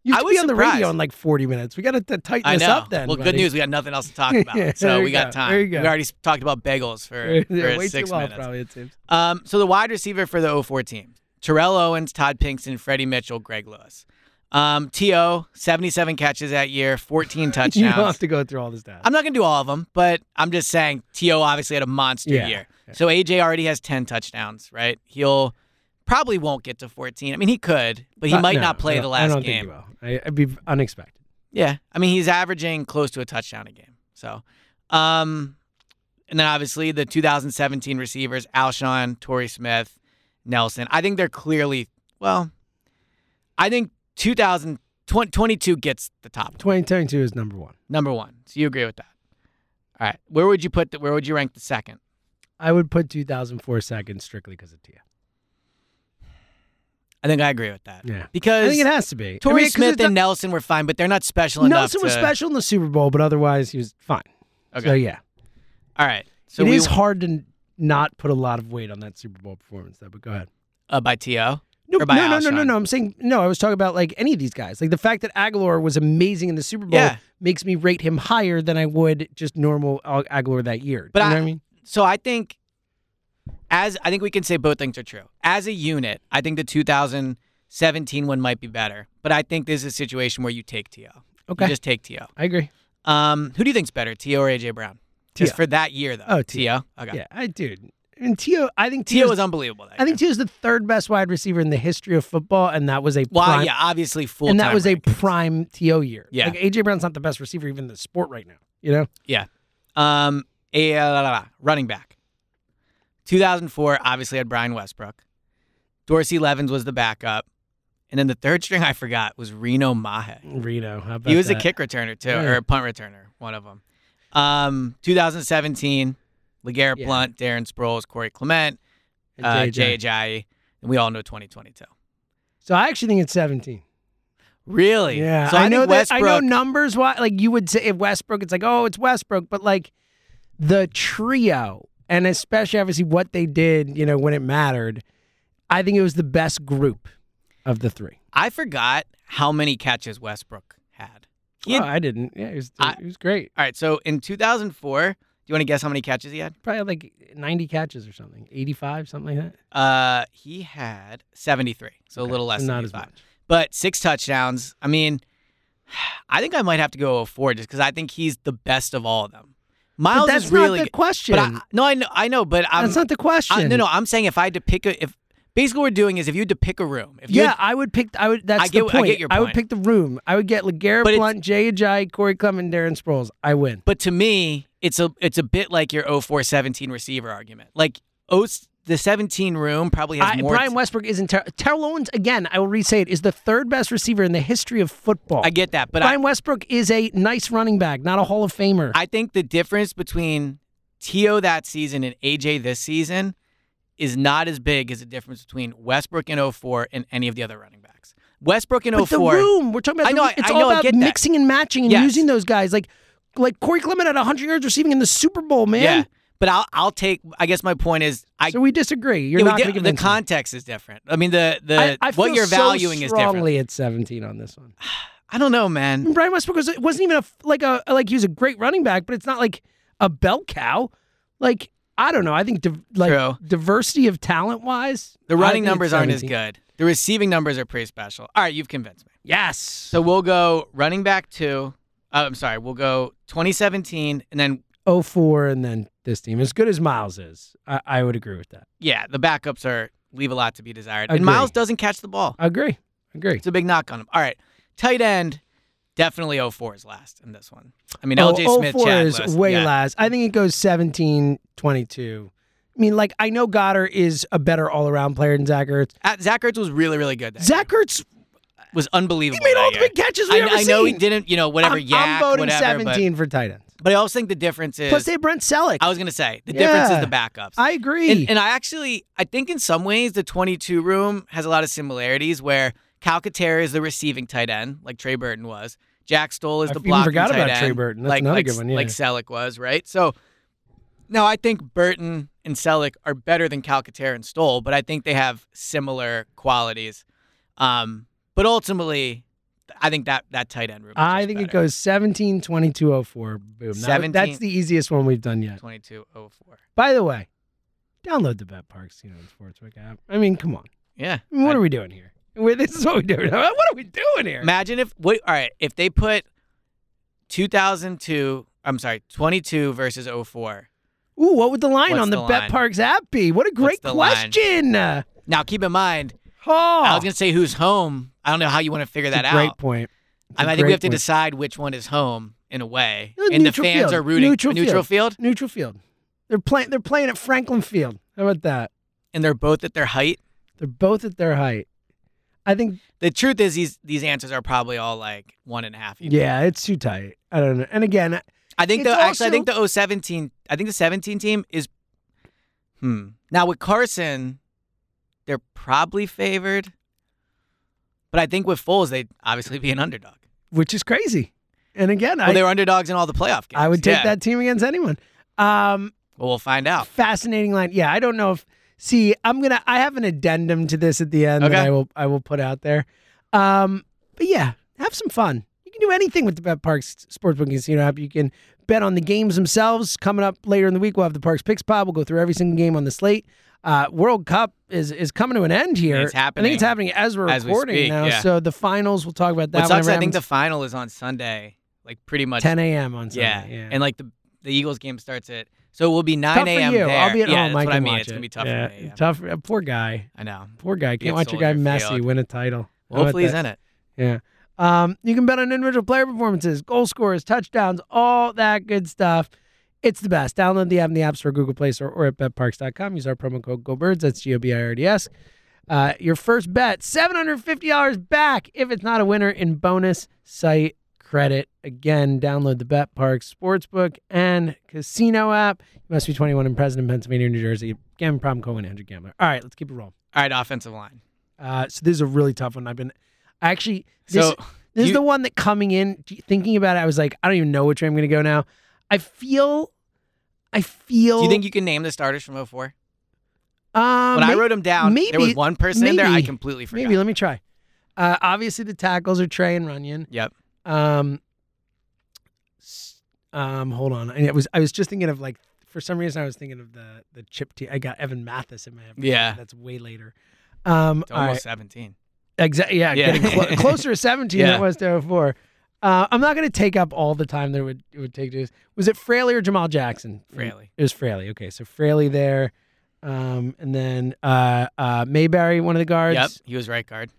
Speaker 2: You
Speaker 3: I
Speaker 2: should
Speaker 3: was
Speaker 2: be on the radio
Speaker 3: surprised.
Speaker 2: in like 40 minutes. We got to tighten
Speaker 3: I
Speaker 2: this
Speaker 3: know.
Speaker 2: up then.
Speaker 3: well, good
Speaker 2: buddy.
Speaker 3: news, we got nothing else to talk about,
Speaker 2: Yeah, there
Speaker 3: so
Speaker 2: you
Speaker 3: we got
Speaker 2: go.
Speaker 3: time.
Speaker 2: There you go.
Speaker 3: We already s- talked about bagels for, for
Speaker 2: Way
Speaker 3: six
Speaker 2: too long,
Speaker 3: minutes.
Speaker 2: probably it seems.
Speaker 3: Um, so the wide receiver for the 04 team: Terrell Owens, Todd Pinkston, Freddie Mitchell, Greg Lewis. Um, To seventy-seven catches that year, fourteen touchdowns.
Speaker 2: You don't have to go through all this down.
Speaker 3: I'm not gonna do all of them, but I'm just saying To obviously had a monster
Speaker 2: Yeah,
Speaker 3: year. So AJ already has ten touchdowns, right? He'll probably won't get to fourteen. I mean, he could, but he might not play the last
Speaker 2: Uh, I don't think
Speaker 3: game.
Speaker 2: he will. I, it'd be unexpected.
Speaker 3: Yeah, I mean he's averaging close to a touchdown a game. So, um, and then obviously the 2017 receivers: Alshon, Torrey Smith, Nelson. I think they're clearly well. I think 2022 gets the top
Speaker 2: 2022 is number one.
Speaker 3: number one. So you agree with that? All right. Where would you put? The, where would you rank the second?
Speaker 2: I would put 2004 second strictly because of Tia.
Speaker 3: I think I agree with that.
Speaker 2: Yeah. I
Speaker 3: Because
Speaker 2: think it has to be.
Speaker 3: Torrey
Speaker 2: I mean, 'cause
Speaker 3: Smith
Speaker 2: it's
Speaker 3: and
Speaker 2: not-
Speaker 3: Nelson were fine, but they're not special enough.
Speaker 2: Nelson was
Speaker 3: to-
Speaker 2: special in the Super Bowl, but otherwise he was fine.
Speaker 3: Okay.
Speaker 2: So yeah,
Speaker 3: All right. So
Speaker 2: it
Speaker 3: we,
Speaker 2: is hard to n- not put a lot of weight on that Super Bowl performance, though. But go ahead.
Speaker 3: uh, by To.
Speaker 2: No,
Speaker 3: Or
Speaker 2: no,
Speaker 3: by
Speaker 2: no, no, no,
Speaker 3: Alshon.
Speaker 2: no. I'm saying no. I was talking about like any of these guys. Like the fact that Aguilar was amazing in the Super Bowl
Speaker 3: Yeah.
Speaker 2: makes me rate him higher than I would just normal Al- Aguilar that year. Do
Speaker 3: But
Speaker 2: you know
Speaker 3: I-
Speaker 2: what I mean?
Speaker 3: so I think as I think we can say both things are true. As a unit, I think the 2017 one might be better, but I think this is a situation where you take To.
Speaker 2: Okay,
Speaker 3: You just take To.
Speaker 2: I agree.
Speaker 3: Um, who do you think's better, To or AJ Brown? Just
Speaker 2: T.O..
Speaker 3: for that year though.
Speaker 2: Oh, T.O..
Speaker 3: To. Okay.
Speaker 2: Yeah, I dude. And Tio, I think
Speaker 3: To
Speaker 2: Tio
Speaker 3: was unbelievable. That
Speaker 2: I think
Speaker 3: year.
Speaker 2: Tio's the third best wide receiver in the history of football, and that was a
Speaker 3: Well,
Speaker 2: prime,
Speaker 3: yeah, obviously full.
Speaker 2: and that was a prime Tio year.
Speaker 3: Yeah.
Speaker 2: like AJ Brown's not the best receiver even in the sport right now. You know,
Speaker 3: um a la, la, la, running back. 2004 obviously had Brian Westbrook. Dorsey Levens was the backup, and then the third string I forgot was Reno Mahe.
Speaker 2: Reno. uh, How about
Speaker 3: Mm. He was a
Speaker 2: that?
Speaker 3: kick returner too,
Speaker 2: Yeah.
Speaker 3: or a punt returner, one of them. Um, 2017, Legarrette
Speaker 2: Yeah.
Speaker 3: Blunt, Darren Sproles, Corey Clement,
Speaker 2: And
Speaker 3: uh,
Speaker 2: JJ.
Speaker 3: Jay Ajayi, and we all know 2022.
Speaker 2: So I actually think it's 17.
Speaker 3: Really?
Speaker 2: Yeah,
Speaker 3: So I,
Speaker 2: I, know
Speaker 3: think
Speaker 2: that.
Speaker 3: Westbrook.
Speaker 2: I know numbers. Why, like you would say, if Westbrook, it's like, oh, it's Westbrook, but like the trio, and especially obviously what they did, you know, when it mattered, I think it was the best group of the three.
Speaker 3: I forgot how many catches Westbrook had. He
Speaker 2: Yeah,
Speaker 3: had-
Speaker 2: Oh, I didn't. Yeah, it was,
Speaker 3: I-
Speaker 2: it was great.
Speaker 3: all right. So in 2004, do you want to guess how many catches he had?
Speaker 2: Probably like 90 catches or something, 85, something like that.
Speaker 3: Uh, he had 73, so a little less.
Speaker 2: So
Speaker 3: than
Speaker 2: not
Speaker 3: you
Speaker 2: as
Speaker 3: thought.
Speaker 2: much.
Speaker 3: but six touchdowns. I mean, I think I might have to go 04 just because I think he's the best of all of them.
Speaker 2: But
Speaker 3: Miles
Speaker 2: that's
Speaker 3: is really
Speaker 2: not the
Speaker 3: good.
Speaker 2: question.
Speaker 3: But I, no, I know, I know, but I'm
Speaker 2: that's not the question.
Speaker 3: I, no, no. I'm saying if I had to pick a, if basically what we're doing is if you had to pick a room, if you
Speaker 2: Yeah,
Speaker 3: had-
Speaker 2: I would pick. I would. That's
Speaker 3: I get-
Speaker 2: the
Speaker 3: I
Speaker 2: point.
Speaker 3: get your
Speaker 2: would
Speaker 3: point.
Speaker 2: pick the room. I would get Legarrette
Speaker 3: But it's-
Speaker 2: Blunt, Jay Ajayi, Corey Clement, Darren Sproles. I win.
Speaker 3: but to me, it's a it's a bit like your 04 17 receiver argument. Like oh, the 17 room probably has
Speaker 2: I,
Speaker 3: more.
Speaker 2: Brian
Speaker 3: t-
Speaker 2: Westbrook isn't ter- Terrell Owens again. I will re-say it is the third best receiver in the history of football.
Speaker 3: I get that, but I,
Speaker 2: Brian Westbrook is a nice running back, not a Hall of Famer.
Speaker 3: I think the difference between T.O. that season and AJ this season is not as big as the difference between Westbrook in 04 and any of the other running backs. Westbrook in
Speaker 2: but
Speaker 3: 04.
Speaker 2: the room we're talking about,
Speaker 3: I
Speaker 2: the
Speaker 3: know,
Speaker 2: room.
Speaker 3: I-
Speaker 2: it's
Speaker 3: I
Speaker 2: all
Speaker 3: know, I
Speaker 2: about
Speaker 3: get that.
Speaker 2: mixing and matching and
Speaker 3: Yes.
Speaker 2: using those guys. Like like Corey Clement had 100 yards receiving in the Super Bowl, man.
Speaker 3: yeah. But I'll I'll take I guess my point is I
Speaker 2: so we disagree. You're
Speaker 3: yeah, we
Speaker 2: not
Speaker 3: di-
Speaker 2: going to
Speaker 3: the
Speaker 2: convince me.
Speaker 3: context is different. I mean the the
Speaker 2: I, I
Speaker 3: what
Speaker 2: feel
Speaker 3: you're
Speaker 2: so
Speaker 3: valuing is different.
Speaker 2: strongly at 17 on this one.
Speaker 3: I don't know,
Speaker 2: I
Speaker 3: man.
Speaker 2: mean, Brian Westbrook was, wasn't even a like a like he was a great running back, but it's not like a bell cow. Like I don't know. I think div- like
Speaker 3: True.
Speaker 2: diversity of talent wise,
Speaker 3: The running numbers aren't as good. The receiving numbers are pretty special. All right, you've convinced me.
Speaker 2: Yes.
Speaker 3: So
Speaker 2: So
Speaker 3: we'll go running back 2. Uh, I'm sorry, we'll go 2017 and then
Speaker 2: 04 Oh, and then this team as good as Miles is. I, I would agree with that.
Speaker 3: yeah, the backups are leave a lot to be desired. And
Speaker 2: Agree.
Speaker 3: Miles doesn't catch the ball.
Speaker 2: I agree. Agree.
Speaker 3: It's a big knock on him. All right. Tight end, definitely 04 is last in this one. I mean, LJ
Speaker 2: Oh,
Speaker 3: Smith
Speaker 2: 04
Speaker 3: Chad
Speaker 2: is
Speaker 3: Lewis,
Speaker 2: way
Speaker 3: yeah.
Speaker 2: last. I think it goes 17 22. I mean, like I know Goddard is a better all around player than Zach Ertz.
Speaker 3: Uh, Zach Ertz was really, really good. That
Speaker 2: Zach Ertz
Speaker 3: year. was unbelievable.
Speaker 2: made
Speaker 3: that
Speaker 2: all the
Speaker 3: year.
Speaker 2: big catches we
Speaker 3: I,
Speaker 2: ever
Speaker 3: I know he
Speaker 2: seen.
Speaker 3: didn't, you know, whatever.
Speaker 2: I'm,
Speaker 3: yak,
Speaker 2: I'm voting
Speaker 3: whatever,
Speaker 2: 17 for tight ends.
Speaker 3: But, but I also think the difference is.
Speaker 2: Plus, they have Brent Selleck.
Speaker 3: I was gonna say the difference is
Speaker 2: Yeah.
Speaker 3: the backups.
Speaker 2: I agree.
Speaker 3: And, and I actually, I think in some ways, the 22 room has a lot of similarities where Calcaterra is the receiving tight end, like Trey Burton was. Jack Stoll is
Speaker 2: I
Speaker 3: the
Speaker 2: even
Speaker 3: blocking
Speaker 2: forgot
Speaker 3: tight
Speaker 2: about
Speaker 3: end,
Speaker 2: Trey Burton. That's
Speaker 3: like,
Speaker 2: another
Speaker 3: like,
Speaker 2: good one, yeah.
Speaker 3: Like Selleck was, right? So, no, I think Burton and Selleck are better than Calcaterra and Stoll, but I think they have similar qualities. Um, but ultimately, I think that that tight end room. is
Speaker 2: I
Speaker 3: just
Speaker 2: think it
Speaker 3: better.
Speaker 2: goes 17 22 04. Boom. That-
Speaker 3: 17.
Speaker 2: that's the easiest one we've done yet.
Speaker 3: 2204.
Speaker 2: By the way, download the Bet Parks, you know, Sportsbook app. I mean, come on.
Speaker 3: Yeah,
Speaker 2: I mean,
Speaker 3: I-
Speaker 2: what are we doing here? Wait, this is what we do. What are we doing here?
Speaker 3: Imagine if what all right, if they put 2002, I'm sorry, 22 versus 04.
Speaker 2: Ooh, what would the line
Speaker 3: What's
Speaker 2: on the,
Speaker 3: the
Speaker 2: Bet
Speaker 3: line?
Speaker 2: Parks app be? What a great
Speaker 3: the line?
Speaker 2: question. Uh,
Speaker 3: Now keep in mind, I
Speaker 2: Oh,
Speaker 3: was going to say who's home. I don't know how you want to figure that
Speaker 2: It's a great
Speaker 3: out.
Speaker 2: point. It's
Speaker 3: I,
Speaker 2: a
Speaker 3: mean, I think
Speaker 2: great
Speaker 3: we have to
Speaker 2: point.
Speaker 3: decide which one is home in a way.
Speaker 2: Uh,
Speaker 3: and the
Speaker 2: neutral
Speaker 3: fans
Speaker 2: field.
Speaker 3: are rooting
Speaker 2: Neutral
Speaker 3: neutral field
Speaker 2: Neutral field. They're playing. They're playing at Franklin Field. How about that?
Speaker 3: and they're both at their height.
Speaker 2: They're both at their height. I think.
Speaker 3: The truth is these these answers are probably all like one and a half. even.
Speaker 2: Yeah, it's too tight. I don't know. And again,
Speaker 3: I think
Speaker 2: It's
Speaker 3: the actually I
Speaker 2: also-
Speaker 3: think the 017 I think the 17 team is hmm. Now with Carson, they're probably favored. But I think with Foles, they'd obviously be an underdog.
Speaker 2: which is crazy. And again,
Speaker 3: Well,
Speaker 2: I,
Speaker 3: they were underdogs in all the playoff games.
Speaker 2: I would take
Speaker 3: Yeah.
Speaker 2: that team against anyone. Um,
Speaker 3: Well, we'll find out.
Speaker 2: fascinating line. Yeah, I don't know if. See, I'm gonna. I have an addendum to this at the end that
Speaker 3: Okay.
Speaker 2: I will. I will put out there. Um, but yeah, have some fun. You can do anything with the Bet Parks Sportsbook and Casino app. You can bet on the games themselves. Coming up later in the week, we'll have the Parks Picks Pod. We'll go through every single game on the slate. Uh, World Cup is is coming to an end here.
Speaker 3: It's
Speaker 2: I think it's happening
Speaker 3: happening
Speaker 2: as we're
Speaker 3: as we
Speaker 2: recording
Speaker 3: speak,
Speaker 2: now.
Speaker 3: yeah.
Speaker 2: So the finals, we'll talk about that.
Speaker 3: What sucks,
Speaker 2: whenever
Speaker 3: I think the
Speaker 2: happens.
Speaker 3: final is on Sunday, like pretty much
Speaker 2: 10 a.m. on Sunday.
Speaker 3: Yeah. and like the the Eagles game starts at so it will be
Speaker 2: tough
Speaker 3: 9
Speaker 2: for
Speaker 3: a.m.
Speaker 2: you.
Speaker 3: there.
Speaker 2: I'll be at
Speaker 3: yeah,
Speaker 2: home.
Speaker 3: That's
Speaker 2: I can
Speaker 3: what I mean.
Speaker 2: watch
Speaker 3: It's
Speaker 2: it.
Speaker 3: gonna be tough
Speaker 2: Yeah,
Speaker 3: for me. Yeah.
Speaker 2: Tough. uh, Poor guy.
Speaker 3: I know.
Speaker 2: Poor guy.
Speaker 3: Be at
Speaker 2: Can't watch your guy
Speaker 3: Soldier
Speaker 2: Messi
Speaker 3: Field.
Speaker 2: win a title. How about
Speaker 3: Hopefully he's
Speaker 2: that?
Speaker 3: in it.
Speaker 2: Yeah. Um, you can bet on individual player performances, goal scorers, touchdowns, all that good stuff. It's the best. Download the app in the App Store, Google Play Store, or at betparks.com. Use our promo code GOBIRDS. That's G O B I R D S. Uh, your first bet, $750 back if it's not a winner in bonus site credit. Again, download the Bet Parks Sportsbook and Casino app. You must be 21 and present in Pennsylvania, or New Jersey. Gambling problem, call one Andrew Gambler. All right, let's keep it rolling.
Speaker 3: All right, offensive line.
Speaker 2: Uh, so this is a really tough one. I've been I actually this,
Speaker 3: So,
Speaker 2: this is
Speaker 3: you-
Speaker 2: the one that coming in d- thinking about it. I was like, I don't even know which way I'm going to go now. I feel, I feel.
Speaker 3: do you think you can name the starters from 04?
Speaker 2: um,
Speaker 3: When I wrote them down, there
Speaker 2: maybe-
Speaker 3: was one person in there I
Speaker 2: maybe-
Speaker 3: completely forgot.
Speaker 2: maybe let me try. Uh, obviously the tackles are Trey and Runyon.
Speaker 3: Yep.
Speaker 2: Um, s- um, hold on. I was I was just thinking of like for some reason I was thinking of the the chip T. I got Evan Mathis in my head.
Speaker 3: Yeah.
Speaker 2: that's way later. Um,
Speaker 3: It's
Speaker 2: all right.
Speaker 3: almost 17.
Speaker 2: Exactly. Yeah,
Speaker 3: Yeah.
Speaker 2: getting clo- closer to 17 than
Speaker 3: Yeah.
Speaker 2: it was to 04. Uh, I'm not going to take up all the time that it would, it would take to do this. Was it Fraley or Jamal Jackson?
Speaker 3: Fraley.
Speaker 2: It was Fraley. Okay, so Fraley there. Um, and then uh, uh, Mayberry, one of the guards.
Speaker 3: Yep, he was right guard.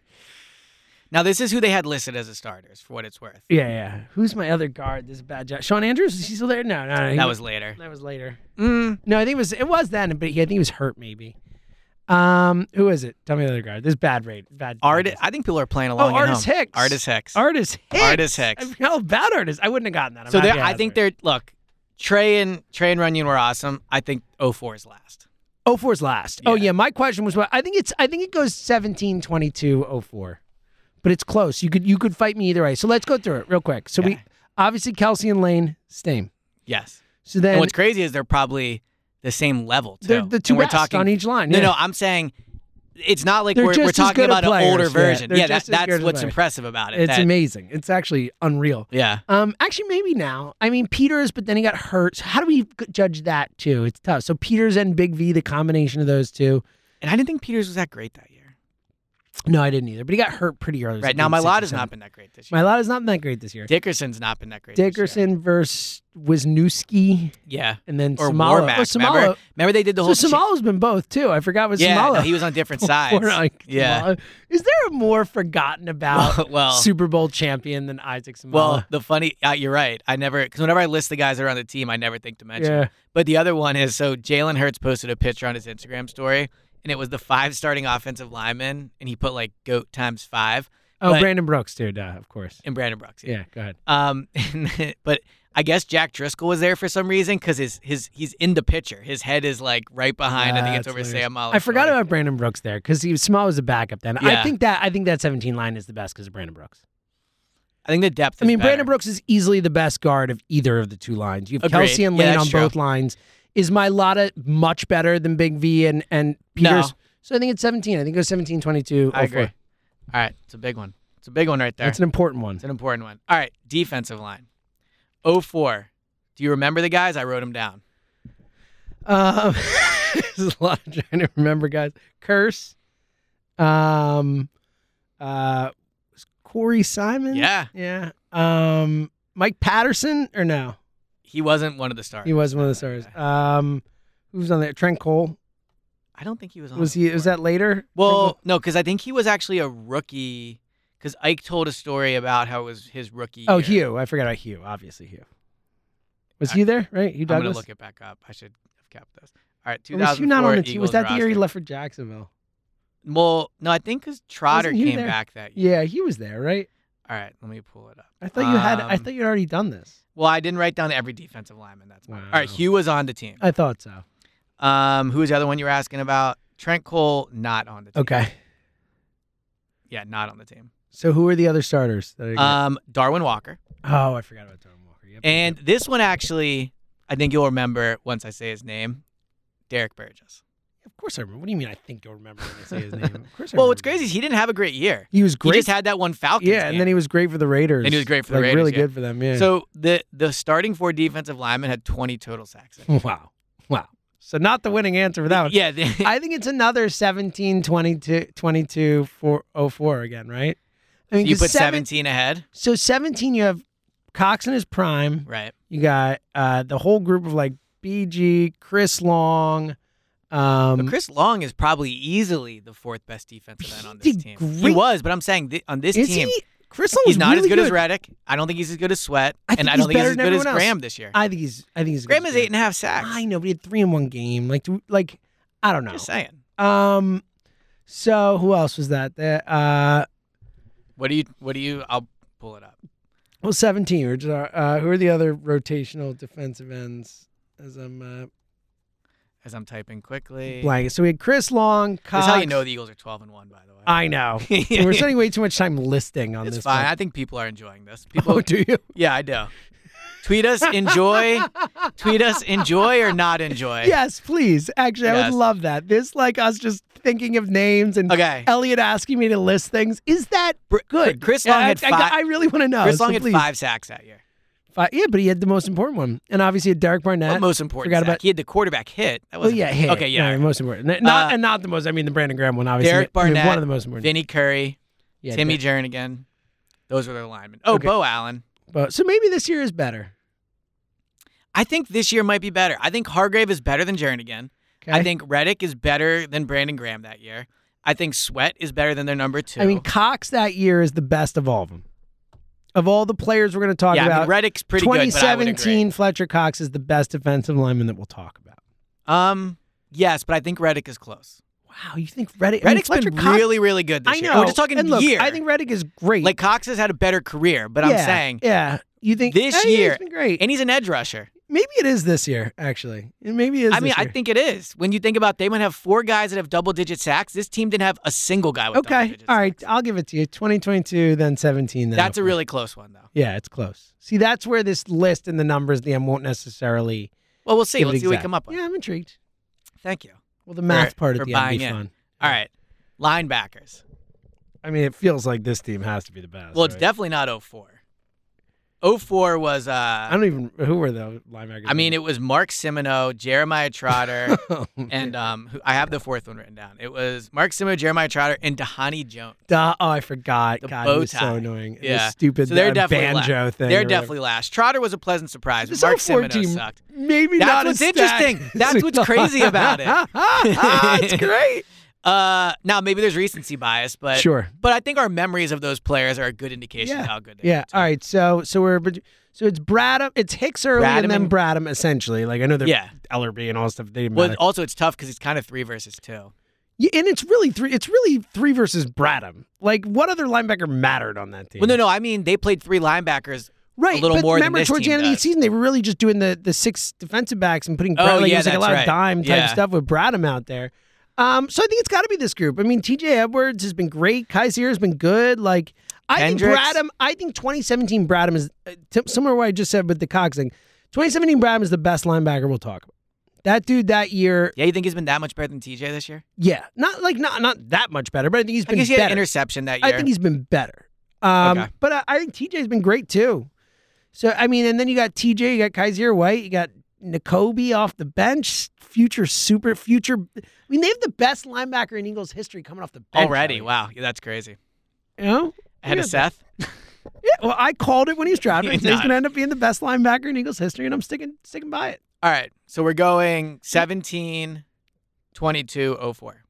Speaker 3: Now this is who they had listed as the starters, for what it's worth.
Speaker 2: Yeah, yeah. Who's my other guard? This is a bad job. Sean Andrews? Is he still there? No, no, no. he-
Speaker 3: That was later.
Speaker 2: that was later.
Speaker 3: Mm,
Speaker 2: No, I think it was it was then, but he, I think he was hurt maybe. Um, who is it? Tell me the other guard. This is bad rate. Bad.
Speaker 3: Art,
Speaker 2: bad-
Speaker 3: I think people are playing along. at
Speaker 2: Oh, Artis
Speaker 3: home.
Speaker 2: Hicks.
Speaker 3: Artis Hicks.
Speaker 2: Artist Hicks.
Speaker 3: Artis Hicks.
Speaker 2: I forgot all about Artist. I wouldn't have gotten that. I'm
Speaker 3: so
Speaker 2: happy
Speaker 3: they're, I
Speaker 2: had
Speaker 3: think
Speaker 2: that.
Speaker 3: they're look. Trey and Trey and Runyon were awesome. I think 04 is last.
Speaker 2: 04 is last. Oh
Speaker 3: Yeah.
Speaker 2: yeah, my question was what I think it's I think it goes 17 22 04. But it's close. You could you could fight me either way. So let's go through it real quick. So we
Speaker 3: Okay.
Speaker 2: obviously Kelsey and Lane same.
Speaker 3: Yes.
Speaker 2: So
Speaker 3: And,
Speaker 2: then
Speaker 3: what's crazy is they're probably the same level too.
Speaker 2: they're the two
Speaker 3: and we're
Speaker 2: best
Speaker 3: talking
Speaker 2: on each line.
Speaker 3: No,
Speaker 2: yeah.
Speaker 3: no, I'm saying it's not like
Speaker 2: They're
Speaker 3: we're, we're
Speaker 2: just as
Speaker 3: talking
Speaker 2: good of
Speaker 3: about an
Speaker 2: players,
Speaker 3: older
Speaker 2: yeah.
Speaker 3: version.
Speaker 2: They're
Speaker 3: Yeah, that,
Speaker 2: just as good
Speaker 3: that's
Speaker 2: as
Speaker 3: what's
Speaker 2: players.
Speaker 3: impressive about it.
Speaker 2: It's
Speaker 3: that-
Speaker 2: amazing. It's actually unreal.
Speaker 3: Yeah.
Speaker 2: Um actually maybe now. I mean Peters but then he got hurt. So how do we g- judge that too? It's tough. So Peters and Big V the combination of those two.
Speaker 3: And I didn't think Peters was that great that year.
Speaker 2: No, I didn't either. But he got hurt pretty early. It was
Speaker 3: Right.
Speaker 2: like
Speaker 3: Now,
Speaker 2: week
Speaker 3: my
Speaker 2: six or
Speaker 3: lot has not
Speaker 2: seven.
Speaker 3: been that great this year.
Speaker 2: My lot has not been that great this year.
Speaker 3: Dickerson's not been that great. this year.
Speaker 2: Dickerson versus Wisniewski,
Speaker 3: Yeah.
Speaker 2: and then
Speaker 3: Or
Speaker 2: Samala.
Speaker 3: Warback.
Speaker 2: Oh, Samala.
Speaker 3: Remember, remember they did the
Speaker 2: So
Speaker 3: whole. chi-
Speaker 2: Samala's been both too. I forgot what
Speaker 3: yeah,
Speaker 2: Samala.
Speaker 3: no, he was on different sides.
Speaker 2: We're like,
Speaker 3: yeah.
Speaker 2: Samala. Is there a more forgotten about
Speaker 3: well,
Speaker 2: Super Bowl champion than Isaac Samala?
Speaker 3: well, the funny, uh, you're right. I never, because whenever I list the guys that are on the team, I never think to mention.
Speaker 2: Yeah.
Speaker 3: them. But the other one is so Jalen Hurts posted a picture on his Instagram story, and it was the five starting offensive linemen, and he put like goat times five.
Speaker 2: oh,
Speaker 3: but-
Speaker 2: Brandon Brooks, dude. Uh, of course.
Speaker 3: and Brandon Brooks.
Speaker 2: Yeah, go ahead.
Speaker 3: Um, but I guess Jack Driscoll was there for some reason because his his he's in the picture. His head is like right behind. I think
Speaker 2: That's
Speaker 3: it's over
Speaker 2: hilarious.
Speaker 3: Sam Molly's
Speaker 2: I forgot
Speaker 3: shoulder.
Speaker 2: about Brandon Brooks there because he Samala was a backup then. I
Speaker 3: Yeah.
Speaker 2: think that I think that 17 line is the best because of Brandon Brooks.
Speaker 3: I think the depth.
Speaker 2: I mean, Brandon
Speaker 3: Brooks.
Speaker 2: Brooks is easily the best guard of either of the two lines. You have
Speaker 3: Agreed.
Speaker 2: Kelsey and
Speaker 3: Yeah,
Speaker 2: Lane
Speaker 3: that's
Speaker 2: on
Speaker 3: true.
Speaker 2: both lines. Is my Lotta much better than Big V and, and Peters? So I think it's 17. I think it was 17, 22.
Speaker 3: I agree.
Speaker 2: 04.
Speaker 3: All right, it's a big one. It's a big one right there.
Speaker 2: That's an important one.
Speaker 3: it's an important one. All right, defensive line. 04. Do you remember the guys? I wrote them down.
Speaker 2: Um, there's a lot of trying to remember, guys. Curse. Um, Uh, was Corey Simon.
Speaker 3: Yeah,
Speaker 2: Yeah. Um, Mike Patterson or no?
Speaker 3: he wasn't one of the stars.
Speaker 2: He was one of the stars. Um, who was on there? Trent Cole.
Speaker 3: I don't think he was on.
Speaker 2: Was
Speaker 3: it
Speaker 2: he? Was
Speaker 3: before.
Speaker 2: that later?
Speaker 3: Well, no, because I think he was actually a rookie. Because Ike told a story about how it was his rookie.
Speaker 2: Oh,
Speaker 3: year.
Speaker 2: Hugh. I forgot about Hugh. Obviously, Hugh. Was
Speaker 3: I-
Speaker 2: he there? Right, Hugh
Speaker 3: I'm gonna
Speaker 2: Douglas.
Speaker 3: look it back up. I should have kept this. All right,
Speaker 2: Or was Hugh not
Speaker 3: 2004
Speaker 2: on the team? Was
Speaker 3: Eagles
Speaker 2: that the year he
Speaker 3: roster.
Speaker 2: left for Jacksonville?
Speaker 3: Well, no, I think because Trotter
Speaker 2: Wasn't Hugh
Speaker 3: came
Speaker 2: there?
Speaker 3: back that year.
Speaker 2: Yeah, he was there, right?
Speaker 3: All right, let me pull it up.
Speaker 2: I thought you had. I
Speaker 3: Um,
Speaker 2: thought you'd already done this.
Speaker 3: Well, I didn't write down every defensive lineman. That's mine. All right,
Speaker 2: Wow. Uh,
Speaker 3: Hugh was on the team.
Speaker 2: I thought so.
Speaker 3: Um, who was the other one you were asking about? Trent Cole, not on the team.
Speaker 2: Okay.
Speaker 3: Yeah, not on the team.
Speaker 2: So who are the other starters? That are
Speaker 3: Um, Darwin Walker.
Speaker 2: oh, I forgot about Darren Walker. Yep.
Speaker 3: And this one actually, I think you'll remember once I say his name, Derek Burgess.
Speaker 2: of course I remember. What do you mean? I think don't remember when I say his name. Of course. I
Speaker 3: Well, what's
Speaker 2: remember.
Speaker 3: crazy is he didn't have a great year.
Speaker 2: He was great.
Speaker 3: He just had that one Falcons.
Speaker 2: yeah, and then he was great for the Raiders.
Speaker 3: Then he was great for the
Speaker 2: like,
Speaker 3: Raiders,
Speaker 2: Really
Speaker 3: yeah.
Speaker 2: good for them. Yeah.
Speaker 3: So the the starting four defensive linemen had 20 total sacks.
Speaker 2: wow, wow. So not the winning answer for that one.
Speaker 3: yeah, they-
Speaker 2: I think it's another 17, 22, 22 4, 04 again, right? I mean,
Speaker 3: you
Speaker 2: 'cause
Speaker 3: put
Speaker 2: seven-
Speaker 3: 17 ahead,
Speaker 2: So 17, you have Cox in his prime.
Speaker 3: right?
Speaker 2: You got uh, the whole group of like BG, Chris Long.
Speaker 3: But
Speaker 2: Um,
Speaker 3: Chris Long is probably easily the fourth best defensive end on
Speaker 2: He
Speaker 3: this
Speaker 2: did
Speaker 3: team. He
Speaker 2: great.
Speaker 3: was, but I'm saying thi- on this
Speaker 2: is
Speaker 3: team,
Speaker 2: he? Chris Long
Speaker 3: he's
Speaker 2: was
Speaker 3: not as
Speaker 2: really
Speaker 3: good, as Reddick. I don't think he's as good as Sweat,
Speaker 2: I
Speaker 3: and
Speaker 2: think
Speaker 3: I don't
Speaker 2: he's
Speaker 3: think he's
Speaker 2: better than
Speaker 3: as good as
Speaker 2: everyone else.
Speaker 3: Graham this year.
Speaker 2: I think he's. I think he's. as good
Speaker 3: Graham
Speaker 2: as
Speaker 3: is eight and a half sacks.
Speaker 2: I know, but he had three in one game. Like, do- like, I don't know.
Speaker 3: Just saying.
Speaker 2: Um, so who else was that? The, uh,
Speaker 3: What do you? What do you? I'll pull it up.
Speaker 2: well, seventeen. Or uh, who are the other rotational defensive ends? As I'm uh,
Speaker 3: as I'm typing quickly.
Speaker 2: blanking. So we had Chris Long. Cox.
Speaker 3: That's how you know the Eagles are 12 and 1, by the way.
Speaker 2: I know. We're spending way too much time listing on
Speaker 3: it's
Speaker 2: this.
Speaker 3: fine.
Speaker 2: one.
Speaker 3: I think people are enjoying this. People,
Speaker 2: oh, do you?
Speaker 3: yeah, I do. Tweet us, enjoy. tweet us, enjoy or not enjoy.
Speaker 2: Yes, please. Actually, I
Speaker 3: Yes.
Speaker 2: would love that. This, like us just thinking of names and
Speaker 3: Okay.
Speaker 2: Elliot asking me to list things. Is that good?
Speaker 3: Chris Long
Speaker 2: I,
Speaker 3: had
Speaker 2: I-
Speaker 3: five-
Speaker 2: I, really want to know.
Speaker 3: Chris
Speaker 2: so
Speaker 3: Long had
Speaker 2: please.
Speaker 3: five sacks that year.
Speaker 2: Five- Yeah, but he had the most important one, and obviously had Derek Barnett.
Speaker 3: What most important
Speaker 2: forgot
Speaker 3: sack?
Speaker 2: about-
Speaker 3: he had the quarterback hit. That
Speaker 2: Well,
Speaker 3: was
Speaker 2: yeah, hit.
Speaker 3: Okay, yeah.
Speaker 2: No,
Speaker 3: all right.
Speaker 2: most important. N- Not
Speaker 3: Uh,
Speaker 2: and not the most. I mean, the Brandon Graham one, obviously.
Speaker 3: Derek
Speaker 2: I mean,
Speaker 3: Barnett,
Speaker 2: one of the most important.
Speaker 3: Vinny Curry,
Speaker 2: yeah,
Speaker 3: Timmy
Speaker 2: Derek-
Speaker 3: Jernigan. Those were their linemen. Oh,
Speaker 2: Okay.
Speaker 3: Bo Allen.
Speaker 2: but- so maybe this year is better.
Speaker 3: I think this year might be better. I think Hargrave is better than Jernigan. I
Speaker 2: okay?
Speaker 3: think Reddick is better than Brandon Graham that year. I think Sweat is better than their number two.
Speaker 2: I mean, Cox that year is the best of all of them. Of all the players we're going to talk
Speaker 3: yeah,
Speaker 2: about,
Speaker 3: I mean, Reddick's pretty good. But I would
Speaker 2: 2017
Speaker 3: agree.
Speaker 2: Fletcher Cox is the best defensive lineman that we'll talk about.
Speaker 3: Um, yes, but I think Reddick is close.
Speaker 2: Wow, you think Reddick? I mean,
Speaker 3: Reddick's
Speaker 2: Fletcher
Speaker 3: been
Speaker 2: Cox,
Speaker 3: really, really good this
Speaker 2: I
Speaker 3: year.
Speaker 2: know.
Speaker 3: We're just talking
Speaker 2: and look,
Speaker 3: year.
Speaker 2: I think Reddick is great.
Speaker 3: like Cox has had a better career, but I'm
Speaker 2: Yeah,
Speaker 3: saying,
Speaker 2: yeah. You think
Speaker 3: This
Speaker 2: I think
Speaker 3: year-
Speaker 2: it's been great?
Speaker 3: and he's an edge rusher.
Speaker 2: maybe it is this year actually. And Maybe it is.
Speaker 3: I mean,
Speaker 2: this
Speaker 3: I
Speaker 2: year.
Speaker 3: think it is. When you think about, they might have four guys that have double-digit sacks. This team didn't have a single guy with
Speaker 2: Okay,
Speaker 3: double-digit
Speaker 2: all right.
Speaker 3: sacks.
Speaker 2: I'll give it to you. 2022, then 17. Then
Speaker 3: That's a
Speaker 2: up.
Speaker 3: really close one, though.
Speaker 2: yeah. It's close. See, that's where this list and the numbers the end won't necessarily.
Speaker 3: Well, we'll see.
Speaker 2: give it
Speaker 3: Let's see what we
Speaker 2: exact-
Speaker 3: come up with.
Speaker 2: Yeah, I'm intrigued.
Speaker 3: Thank you.
Speaker 2: Well, the math
Speaker 3: For-
Speaker 2: part
Speaker 3: for
Speaker 2: at the end would
Speaker 3: buying
Speaker 2: be
Speaker 3: in.
Speaker 2: fun.
Speaker 3: All right, linebackers.
Speaker 2: I mean, it feels like this team has to be the best.
Speaker 3: Well, it's
Speaker 2: right?
Speaker 3: definitely not 04. 04 was, uh,
Speaker 2: I
Speaker 3: I,
Speaker 2: don't even who were the linebackers.
Speaker 3: mean, it was Mark Simino, Jeremiah Trotter,
Speaker 2: it.
Speaker 3: and um, who, I have the fourth one written down. It was Mark Simino, Jeremiah Trotter, and Dahani Jones.
Speaker 2: Duh, oh, I forgot.
Speaker 3: The
Speaker 2: God,
Speaker 3: bow
Speaker 2: it was so
Speaker 3: tie.
Speaker 2: annoying. And the
Speaker 3: Yeah.
Speaker 2: stupid
Speaker 3: So they're
Speaker 2: uh,
Speaker 3: definitely la-
Speaker 2: banjo thing.
Speaker 3: They're
Speaker 2: or whatever.
Speaker 3: definitely last. Trotter was a pleasant surprise.
Speaker 2: This
Speaker 3: Mark
Speaker 2: 04
Speaker 3: Simino
Speaker 2: team,
Speaker 3: sucked.
Speaker 2: Maybe
Speaker 3: That's
Speaker 2: not
Speaker 3: what's
Speaker 2: as stacked
Speaker 3: interesting.
Speaker 2: as
Speaker 3: That's
Speaker 2: we
Speaker 3: what's
Speaker 2: thought.
Speaker 3: crazy about it.
Speaker 2: it's great.
Speaker 3: Uh, now maybe there's recency bias, but
Speaker 2: Sure.
Speaker 3: But I think our memories of those players are a good indication
Speaker 2: Yeah.
Speaker 3: of how good they
Speaker 2: Yeah.
Speaker 3: are.
Speaker 2: All right. So so we're bet- so it's Bradham. It's Hicks early
Speaker 3: Bradham
Speaker 2: and then
Speaker 3: and-
Speaker 2: Bradham essentially. Like I know they're
Speaker 3: Yeah.
Speaker 2: Ellerby and all stuff. They didn't
Speaker 3: Well,
Speaker 2: matter.
Speaker 3: also it's tough because it's kind of three versus two.
Speaker 2: Yeah, and it's really three. It's really three versus Bradham. Like what other linebacker mattered on that team?
Speaker 3: Well, no, no. I mean, they played three linebackers.
Speaker 2: Right,
Speaker 3: little
Speaker 2: but
Speaker 3: more than
Speaker 2: remember
Speaker 3: this
Speaker 2: towards
Speaker 3: team
Speaker 2: the end of
Speaker 3: does.
Speaker 2: the season, they were really just doing the the six defensive backs and putting
Speaker 3: Oh,
Speaker 2: Brad, like,
Speaker 3: yeah,
Speaker 2: it was like a
Speaker 3: that's
Speaker 2: lot
Speaker 3: right.
Speaker 2: of dime type
Speaker 3: Yeah.
Speaker 2: stuff with Bradham out there. Um, so I think it's got to be this group. I mean, T.J. Edwards has been great. Kaiser has been good. Like I
Speaker 3: Hendricks.
Speaker 2: think Bradham, I think 2017 Bradham is uh, t- similar to what I just said with the Cox thing. 2017 Bradham is the best linebacker we'll talk about. That dude that year,
Speaker 3: Yeah, you think he's been that much better than TJ this year?
Speaker 2: yeah, not like not not that much better, but I think he's
Speaker 3: I
Speaker 2: been
Speaker 3: guess he had an
Speaker 2: better.
Speaker 3: interception that year.
Speaker 2: I think he's been better. Um,
Speaker 3: Okay.
Speaker 2: But I, I think TJ's been great too. So, I mean, and then you got TJ, you got Kaiser White, you got Nicobe off the bench, future super, future. I mean, they have the best linebacker in Eagles history coming off the bench.
Speaker 3: already.
Speaker 2: Elliot.
Speaker 3: Wow, yeah, that's crazy.
Speaker 2: You know?
Speaker 3: ahead of
Speaker 2: Yeah.
Speaker 3: Seth.
Speaker 2: Yeah, well, I called it when he was drafted.
Speaker 3: You're
Speaker 2: He's going
Speaker 3: not.
Speaker 2: to end up being the best linebacker in Eagles history, and I'm sticking sticking by it.
Speaker 3: All right. So we're going 17, 22, 04.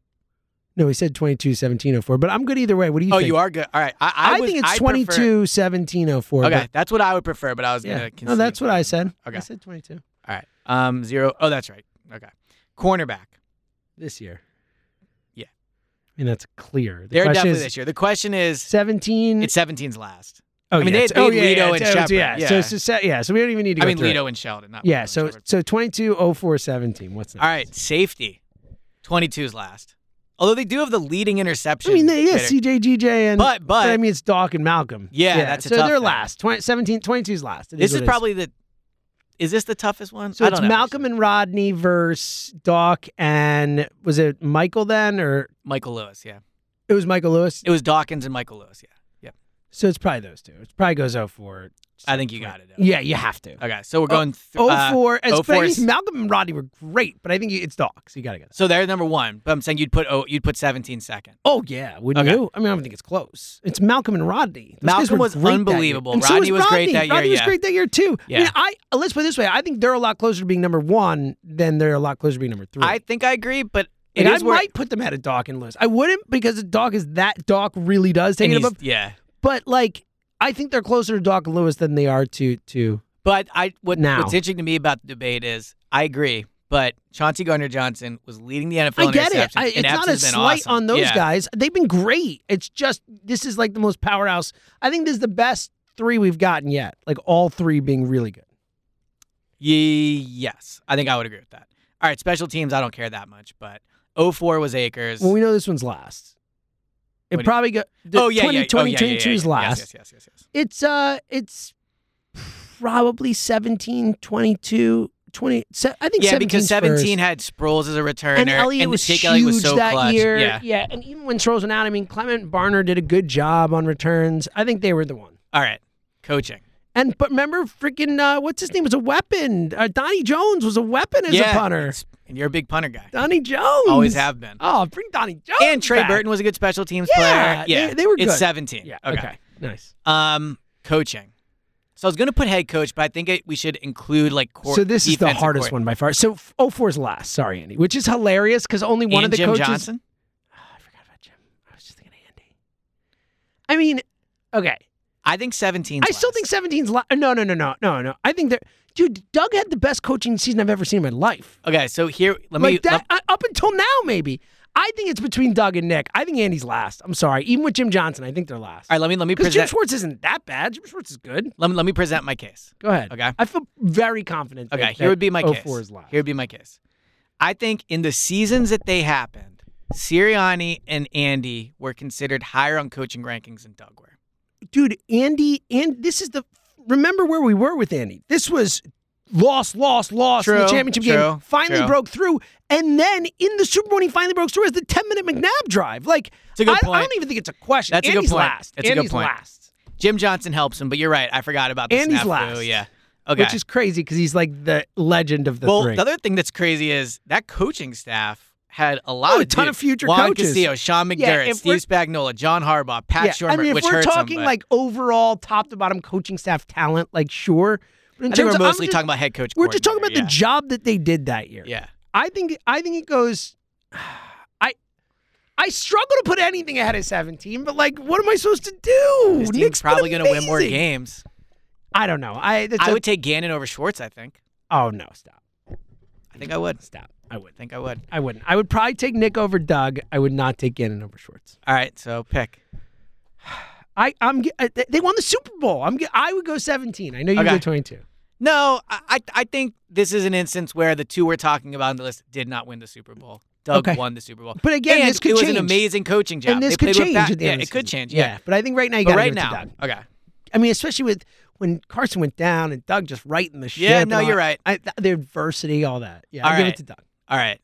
Speaker 2: No, he said 22 17 04, but I'm good either way. What do you
Speaker 3: oh,
Speaker 2: think?
Speaker 3: you are good. All right. I, I,
Speaker 2: I,
Speaker 3: was-
Speaker 2: think it's
Speaker 3: I prefer-
Speaker 2: 22 17 04.
Speaker 3: okay. That's what I would prefer, but I was
Speaker 2: But, yeah.
Speaker 3: going to
Speaker 2: No, that's what I said.
Speaker 3: Okay.
Speaker 2: I said 22
Speaker 3: All right. Um, zero. Oh, that's right. Okay. Cornerback.
Speaker 2: this year.
Speaker 3: Yeah.
Speaker 2: I mean, that's clear. The
Speaker 3: They're
Speaker 2: question
Speaker 3: definitely
Speaker 2: is
Speaker 3: this year. The question is
Speaker 2: 17.
Speaker 3: it's 17's last.
Speaker 2: oh,
Speaker 3: I mean,
Speaker 2: yeah,
Speaker 3: they
Speaker 2: it's-
Speaker 3: had
Speaker 2: oh,
Speaker 3: beat
Speaker 2: yeah,
Speaker 3: Lido
Speaker 2: yeah,
Speaker 3: and
Speaker 2: it's- oh, it's-
Speaker 3: Shepard,
Speaker 2: Yeah. So,
Speaker 3: yeah.
Speaker 2: it's just- yeah. So we don't even need to
Speaker 3: I
Speaker 2: go
Speaker 3: mean,
Speaker 2: through it.
Speaker 3: Lido and Sheldon. Not Lido
Speaker 2: Yeah.
Speaker 3: and
Speaker 2: So,
Speaker 3: Shepard.
Speaker 2: so 22 04 17. What's next?
Speaker 3: All right. Safety. 22's last. Although they do have the leading interception.
Speaker 2: I mean, they, yeah,
Speaker 3: hitter.
Speaker 2: CJ, GJ, and
Speaker 3: But- but-
Speaker 2: I mean, it's Doc and Malcolm.
Speaker 3: Yeah, that's a
Speaker 2: so
Speaker 3: tough
Speaker 2: they're
Speaker 3: thing.
Speaker 2: last. 20, 17, 22's last. It
Speaker 3: this
Speaker 2: what
Speaker 3: is
Speaker 2: it
Speaker 3: probably the. Is this the toughest one?
Speaker 2: So
Speaker 3: I
Speaker 2: it's
Speaker 3: don't know,
Speaker 2: Malcolm
Speaker 3: actually.
Speaker 2: and Rodney versus Doc and was it Michael then or
Speaker 3: Michael Lewis. Yeah.
Speaker 2: it was Michael Lewis?
Speaker 3: It was Dawkins and Michael Lewis. Yeah.
Speaker 2: So it's probably those two. It probably goes 04.
Speaker 3: I think you got it. Owen.
Speaker 2: Yeah, you have to.
Speaker 3: Okay. So we're going. Th- uh,
Speaker 2: 04. Oh, as- but I
Speaker 3: 04 's-
Speaker 2: think Malcolm and Rodney were great, but I think it's Doc, so you got to get that.
Speaker 3: so they're number one, but I'm saying you'd put oh, you'd put 17 second.
Speaker 2: Oh yeah, wouldn't
Speaker 3: Okay.
Speaker 2: you? I mean, I don't think it's close. It's Malcolm and Rodney. Those guys were
Speaker 3: Malcolm was
Speaker 2: great that year.
Speaker 3: unbelievable.
Speaker 2: And so
Speaker 3: Rodney was great that year,
Speaker 2: Rodney was
Speaker 3: yeah.
Speaker 2: great that year too. I mean,
Speaker 3: Yeah.
Speaker 2: I, let's put it this way: I think they're a lot closer to being number one than they're a lot closer to being number three.
Speaker 3: I think I agree, but
Speaker 2: Like,
Speaker 3: it
Speaker 2: I
Speaker 3: is where-
Speaker 2: might put them at a Doc and Lewis. I wouldn't because Doc is that Doc really does take
Speaker 3: and
Speaker 2: it
Speaker 3: he's-
Speaker 2: above.
Speaker 3: yeah.
Speaker 2: But like, I think they're closer to Doc and Lewis than they are to to.
Speaker 3: But I what
Speaker 2: Now.
Speaker 3: what's interesting to me about the debate is I agree, but Chauncey Gardner Johnson was leading the NFL.
Speaker 2: I get it.
Speaker 3: interceptions,
Speaker 2: I,
Speaker 3: and
Speaker 2: it's not a
Speaker 3: Epps has been
Speaker 2: slight
Speaker 3: awesome.
Speaker 2: on those
Speaker 3: Yeah.
Speaker 2: guys. They've been great. It's just this is like the most powerhouse. I think this is the best three we've gotten yet. Like all three being really good.
Speaker 3: Ye- yes, I think I would agree with that. All right, special teams, I don't care that much, but 04 was Akers.
Speaker 2: Well, we know this one's last. It
Speaker 3: What do-
Speaker 2: probably got.
Speaker 3: oh yeah, yeah, oh,
Speaker 2: 20,
Speaker 3: yeah, yeah, yeah,
Speaker 2: 22 is
Speaker 3: yeah.
Speaker 2: last.
Speaker 3: Yes, yes, yes, yes, yes.
Speaker 2: It's uh, it's probably 17, 22, 20. Se- I think
Speaker 3: Yeah, because
Speaker 2: 17
Speaker 3: 17
Speaker 2: Spurs.
Speaker 3: had Sproles as a returner,
Speaker 2: and Elliott was
Speaker 3: Jake
Speaker 2: huge
Speaker 3: Elliott was so
Speaker 2: that
Speaker 3: clutch.
Speaker 2: year.
Speaker 3: Yeah.
Speaker 2: and even when Stroles went out, I mean, Clement Barner did a good job on returns. I think they were the one.
Speaker 3: All right, coaching.
Speaker 2: And but remember, freaking uh, what's his name was a weapon. Uh, Donnie Jones was a weapon as
Speaker 3: yeah,
Speaker 2: a punter.
Speaker 3: it's- and you're a big punter guy.
Speaker 2: Donnie Jones
Speaker 3: Always have been.
Speaker 2: Oh, bring Donnie Jones
Speaker 3: and Trey
Speaker 2: back.
Speaker 3: Burton was a good special teams
Speaker 2: Yeah,
Speaker 3: player. Yeah,
Speaker 2: they- they were
Speaker 3: It's
Speaker 2: good.
Speaker 3: 17.
Speaker 2: Yeah.
Speaker 3: Okay.
Speaker 2: okay. Nice.
Speaker 3: Um, coaching. So I was going to put head coach, but I think it, we should include like court.
Speaker 2: So this is the hardest one by far. So 04 is last. Sorry, Andy, which is hilarious because only one
Speaker 3: and
Speaker 2: of the
Speaker 3: Jim
Speaker 2: coaches.
Speaker 3: Johnson.
Speaker 2: Oh, I forgot about Jim. I was just thinking of Andy. I mean, okay.
Speaker 3: I think 17.
Speaker 2: I still think 17's last. No, no, no, no, no, no. I think that dude Doug had the best coaching season I've ever seen in my life.
Speaker 3: Okay, so here let me.
Speaker 2: like that uh, up until now, maybe. I think it's between Doug and Nick. I think Andy's last. I'm sorry. Even with Jim Johnson, I think they're last.
Speaker 3: all right, let me let me
Speaker 2: Because Jim
Speaker 3: present.
Speaker 2: Schwartz isn't that bad. Jim Schwartz is good.
Speaker 3: Let me let me present my case.
Speaker 2: Go ahead.
Speaker 3: Okay.
Speaker 2: I feel very confident. that-
Speaker 3: Okay, here would be my
Speaker 2: that
Speaker 3: case.
Speaker 2: 04 is last.
Speaker 3: Here would be my case. I think in the seasons that they happened, Sirianni and Andy were considered higher on coaching rankings than Doug were.
Speaker 2: dude, Andy, and this is the remember where we were with Andy. This was lost, lost, lost in the
Speaker 3: True,
Speaker 2: championship game.
Speaker 3: true,
Speaker 2: Finally
Speaker 3: true.
Speaker 2: broke through, and then in the Super Bowl, when he finally broke through as the ten minute McNabb drive. Like,
Speaker 3: It's a good
Speaker 2: I, I
Speaker 3: point.
Speaker 2: don't even think it's a question.
Speaker 3: That's a good
Speaker 2: Andy's
Speaker 3: point.
Speaker 2: Last.
Speaker 3: That's a good
Speaker 2: Andy's
Speaker 3: point.
Speaker 2: last.
Speaker 3: Jim Johnson helps him, but you're right. I forgot about the
Speaker 2: Andy's
Speaker 3: snafu.
Speaker 2: last.
Speaker 3: Yeah. Okay.
Speaker 2: Which is crazy because he's like the legend of the
Speaker 3: well,
Speaker 2: three.
Speaker 3: the other thing that's crazy is that coaching staff had a lot
Speaker 2: Oh,
Speaker 3: of
Speaker 2: a ton
Speaker 3: dudes.
Speaker 2: of future
Speaker 3: Juan
Speaker 2: coaches.
Speaker 3: Castillo, Sean McDermott,
Speaker 2: Yeah, if
Speaker 3: Steve Spagnuolo, John Harbaugh, Pat
Speaker 2: yeah,
Speaker 3: Shurmur,
Speaker 2: I mean, if
Speaker 3: which
Speaker 2: we're
Speaker 3: hurts 'em,
Speaker 2: talking
Speaker 3: but
Speaker 2: like overall top to bottom coaching staff talent, like sure. But in
Speaker 3: I think
Speaker 2: terms
Speaker 3: we're
Speaker 2: of- I'm
Speaker 3: mostly
Speaker 2: just-
Speaker 3: talking about head coach.
Speaker 2: We're just talking about the
Speaker 3: coordinator,
Speaker 2: job that they did that year.
Speaker 3: Yeah.
Speaker 2: I think I think it goes. I I struggle to put anything ahead of seventeen, but like, what am I supposed to do?
Speaker 3: yeah. This team's
Speaker 2: Nick's been
Speaker 3: probably gonna win more
Speaker 2: amazing.
Speaker 3: games.
Speaker 2: I don't know. I, that's
Speaker 3: I
Speaker 2: a-
Speaker 3: would take Gannon over Schwartz. I think.
Speaker 2: Oh no! Stop!
Speaker 3: I think I would. I
Speaker 2: Stop! I wouldn't.
Speaker 3: think I would.
Speaker 2: I wouldn't. I would probably take Nick over Doug. I would not take Gannon over Schwartz.
Speaker 3: All right, so pick.
Speaker 2: I I'm ge- I- they- they won the Super Bowl. I'm ge- I would go seventeen. I know you would
Speaker 3: Okay.
Speaker 2: go twenty two.
Speaker 3: No, I I- I think this is an instance where the two we're talking about on the list did not win the Super Bowl. Doug
Speaker 2: Okay.
Speaker 3: won the Super Bowl.
Speaker 2: But again,
Speaker 3: And
Speaker 2: this could
Speaker 3: it was
Speaker 2: change.
Speaker 3: an amazing coaching job.
Speaker 2: And this
Speaker 3: They
Speaker 2: could
Speaker 3: played with
Speaker 2: change.
Speaker 3: Pat-
Speaker 2: at the
Speaker 3: yeah,
Speaker 2: end of
Speaker 3: it
Speaker 2: the
Speaker 3: could
Speaker 2: season.
Speaker 3: change. Yeah,
Speaker 2: but I think right now you
Speaker 3: but
Speaker 2: got
Speaker 3: right
Speaker 2: to
Speaker 3: now,
Speaker 2: Doug.
Speaker 3: okay.
Speaker 2: I mean, especially with when Carson went down and Doug just right in the ship.
Speaker 3: Yeah,
Speaker 2: and
Speaker 3: no,
Speaker 2: all-
Speaker 3: you're right.
Speaker 2: I, th- the adversity, all that. Yeah,
Speaker 3: All
Speaker 2: I give it
Speaker 3: right.
Speaker 2: to Doug.
Speaker 3: All right,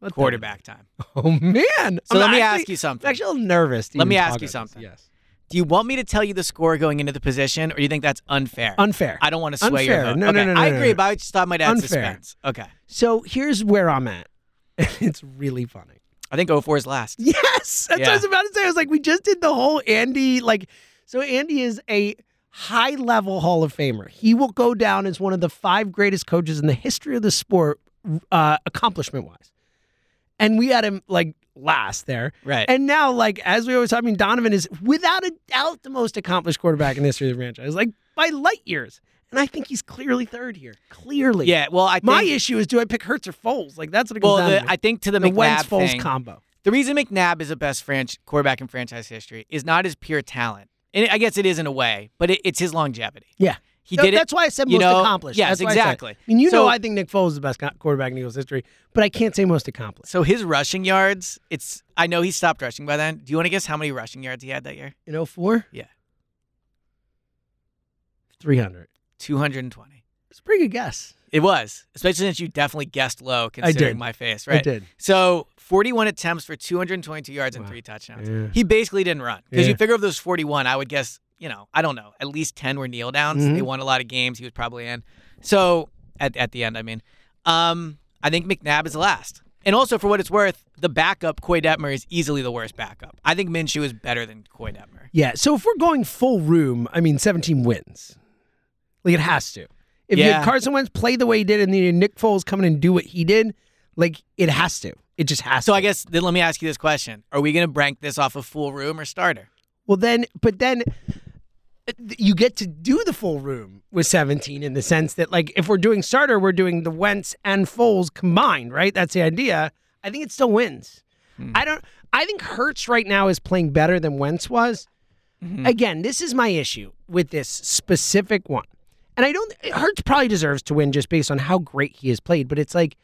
Speaker 2: Let Doug-
Speaker 3: quarterback time.
Speaker 2: Oh man!
Speaker 3: So let me
Speaker 2: actually-
Speaker 3: ask you something.
Speaker 2: I'm actually a little nervous. to
Speaker 3: Let
Speaker 2: even
Speaker 3: me
Speaker 2: talk
Speaker 3: ask you
Speaker 2: about this.
Speaker 3: something.
Speaker 2: Yes.
Speaker 3: Do you want me to tell you the score going into the position, or you think that's unfair?
Speaker 2: Unfair.
Speaker 3: I don't want to sway your
Speaker 2: Unfair.
Speaker 3: vote.
Speaker 2: No, no,
Speaker 3: Okay,
Speaker 2: no, no,
Speaker 3: I
Speaker 2: no,
Speaker 3: agree,
Speaker 2: no.
Speaker 3: but I just thought I might add
Speaker 2: Unfair.
Speaker 3: suspense. Okay,
Speaker 2: So here's where I'm at. it's really funny.
Speaker 3: I think 04 is last.
Speaker 2: Yes, that's what I
Speaker 3: Yeah.
Speaker 2: was about to say. I was like, we just did the whole Andy. Like, so Andy is a high level Hall of Famer. He will go down as one of the five greatest coaches in the history of the sport, uh, accomplishment wise. And we had him like last there.
Speaker 3: Right.
Speaker 2: And now, like as we always, talk, I mean, Donovan is without a doubt the most accomplished quarterback in the history of the franchise, like by light years. And I think he's clearly third here. Clearly.
Speaker 3: yeah. Well, I think,
Speaker 2: My issue is, do I pick Hertz or Foles? Like that's what it goes
Speaker 3: well,
Speaker 2: down
Speaker 3: the,
Speaker 2: to.
Speaker 3: I think to the,
Speaker 2: the
Speaker 3: McNabb
Speaker 2: Wentz Foles
Speaker 3: thing,
Speaker 2: combo.
Speaker 3: the reason McNabb is the best French quarterback in franchise history is not his pure talent, and I guess it is in a way, but it, it's his longevity.
Speaker 2: Yeah.
Speaker 3: He
Speaker 2: No,
Speaker 3: did it.
Speaker 2: that's why I said
Speaker 3: you
Speaker 2: most
Speaker 3: know?
Speaker 2: accomplished.
Speaker 3: Yes,
Speaker 2: That's why I said-
Speaker 3: exactly.
Speaker 2: I mean, you know,
Speaker 3: So-
Speaker 2: I think Nick Foles is the best co- quarterback in Eagles history, but I can't say most accomplished.
Speaker 3: So his rushing yards, it's I know he stopped rushing by then. Do you want to guess how many rushing yards he had that year?
Speaker 2: In 04?
Speaker 3: Yeah.
Speaker 2: 300.
Speaker 3: 220.
Speaker 2: It's a pretty good guess.
Speaker 3: It was, especially since you definitely guessed low considering
Speaker 2: did.
Speaker 3: my face, right?
Speaker 2: I did.
Speaker 3: So 41 attempts for 222 yards and
Speaker 2: Wow.
Speaker 3: three touchdowns.
Speaker 2: Yeah.
Speaker 3: He basically didn't run because
Speaker 2: Yeah.
Speaker 3: you figure of those 41, I would guess, you know, I don't know, at least 10 were kneel downs.
Speaker 2: Mhm.
Speaker 3: They won a lot of games. He was probably in. So at, at the end, I mean, um, I think McNabb is last. And also, for what it's worth, the backup, Coy Detmer, is easily the worst backup. I think Minshew is better than Coy Detmer.
Speaker 2: Yeah. So if we're going full room, I mean, 17 wins. Like, it has to. If you had
Speaker 3: Yeah.
Speaker 2: Carson Wentz play the way he did and then you had Nick Foles come in and do what he did, like, it has to. It just has
Speaker 3: So
Speaker 2: to.
Speaker 3: I guess then let me ask you this question Are we going to rank this off of full room or starter?
Speaker 2: Well, then, but then uh, you get to do the full room with 17 in the sense that, like, if we're doing starter, we're doing the Wentz and Foles combined, right? That's the idea. I think it still wins.
Speaker 3: Hmm.
Speaker 2: I don't, I think Hertz right now is playing better than Wentz was.
Speaker 3: Mm-hmm.
Speaker 2: Again, this is my issue with this specific one. And I don't, Hertz probably deserves to win just based on how great he has played, but it's like,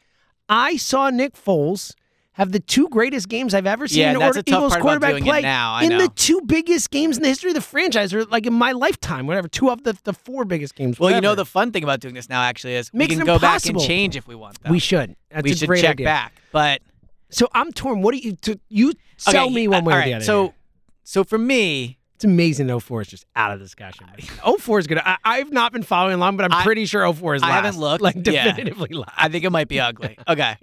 Speaker 2: I saw Nick Foles have the two greatest games I've ever seen
Speaker 3: Yeah,
Speaker 2: in
Speaker 3: that's
Speaker 2: or-
Speaker 3: a tough
Speaker 2: Eagles
Speaker 3: part about
Speaker 2: quarterback
Speaker 3: doing it
Speaker 2: play
Speaker 3: now, I
Speaker 2: in the
Speaker 3: know.
Speaker 2: two biggest games in the history of the franchise, or like in my lifetime, whatever. Two of the, the four biggest games.
Speaker 3: Well, you know,
Speaker 2: whatever.
Speaker 3: the fun thing about doing this now actually is
Speaker 2: Makes
Speaker 3: we
Speaker 2: it
Speaker 3: can go back and
Speaker 2: impossible.
Speaker 3: change if we want, though.
Speaker 2: we should. That's
Speaker 3: we
Speaker 2: a
Speaker 3: should
Speaker 2: great
Speaker 3: check
Speaker 2: idea.
Speaker 3: back. But
Speaker 2: So I'm torn. What do you to, you sell
Speaker 3: Okay, uh,
Speaker 2: me one way
Speaker 3: all
Speaker 2: or the
Speaker 3: right,
Speaker 2: other?
Speaker 3: So,
Speaker 2: here.
Speaker 3: so for me,
Speaker 2: it's amazing. that 04 is just out of discussion. 04 is gonna. I, I've not been following along, but I'm
Speaker 3: I-
Speaker 2: pretty sure 04 is.
Speaker 3: I
Speaker 2: last,
Speaker 3: haven't looked.
Speaker 2: Like
Speaker 3: Yeah.
Speaker 2: definitively last.
Speaker 3: I think it might be ugly. Okay.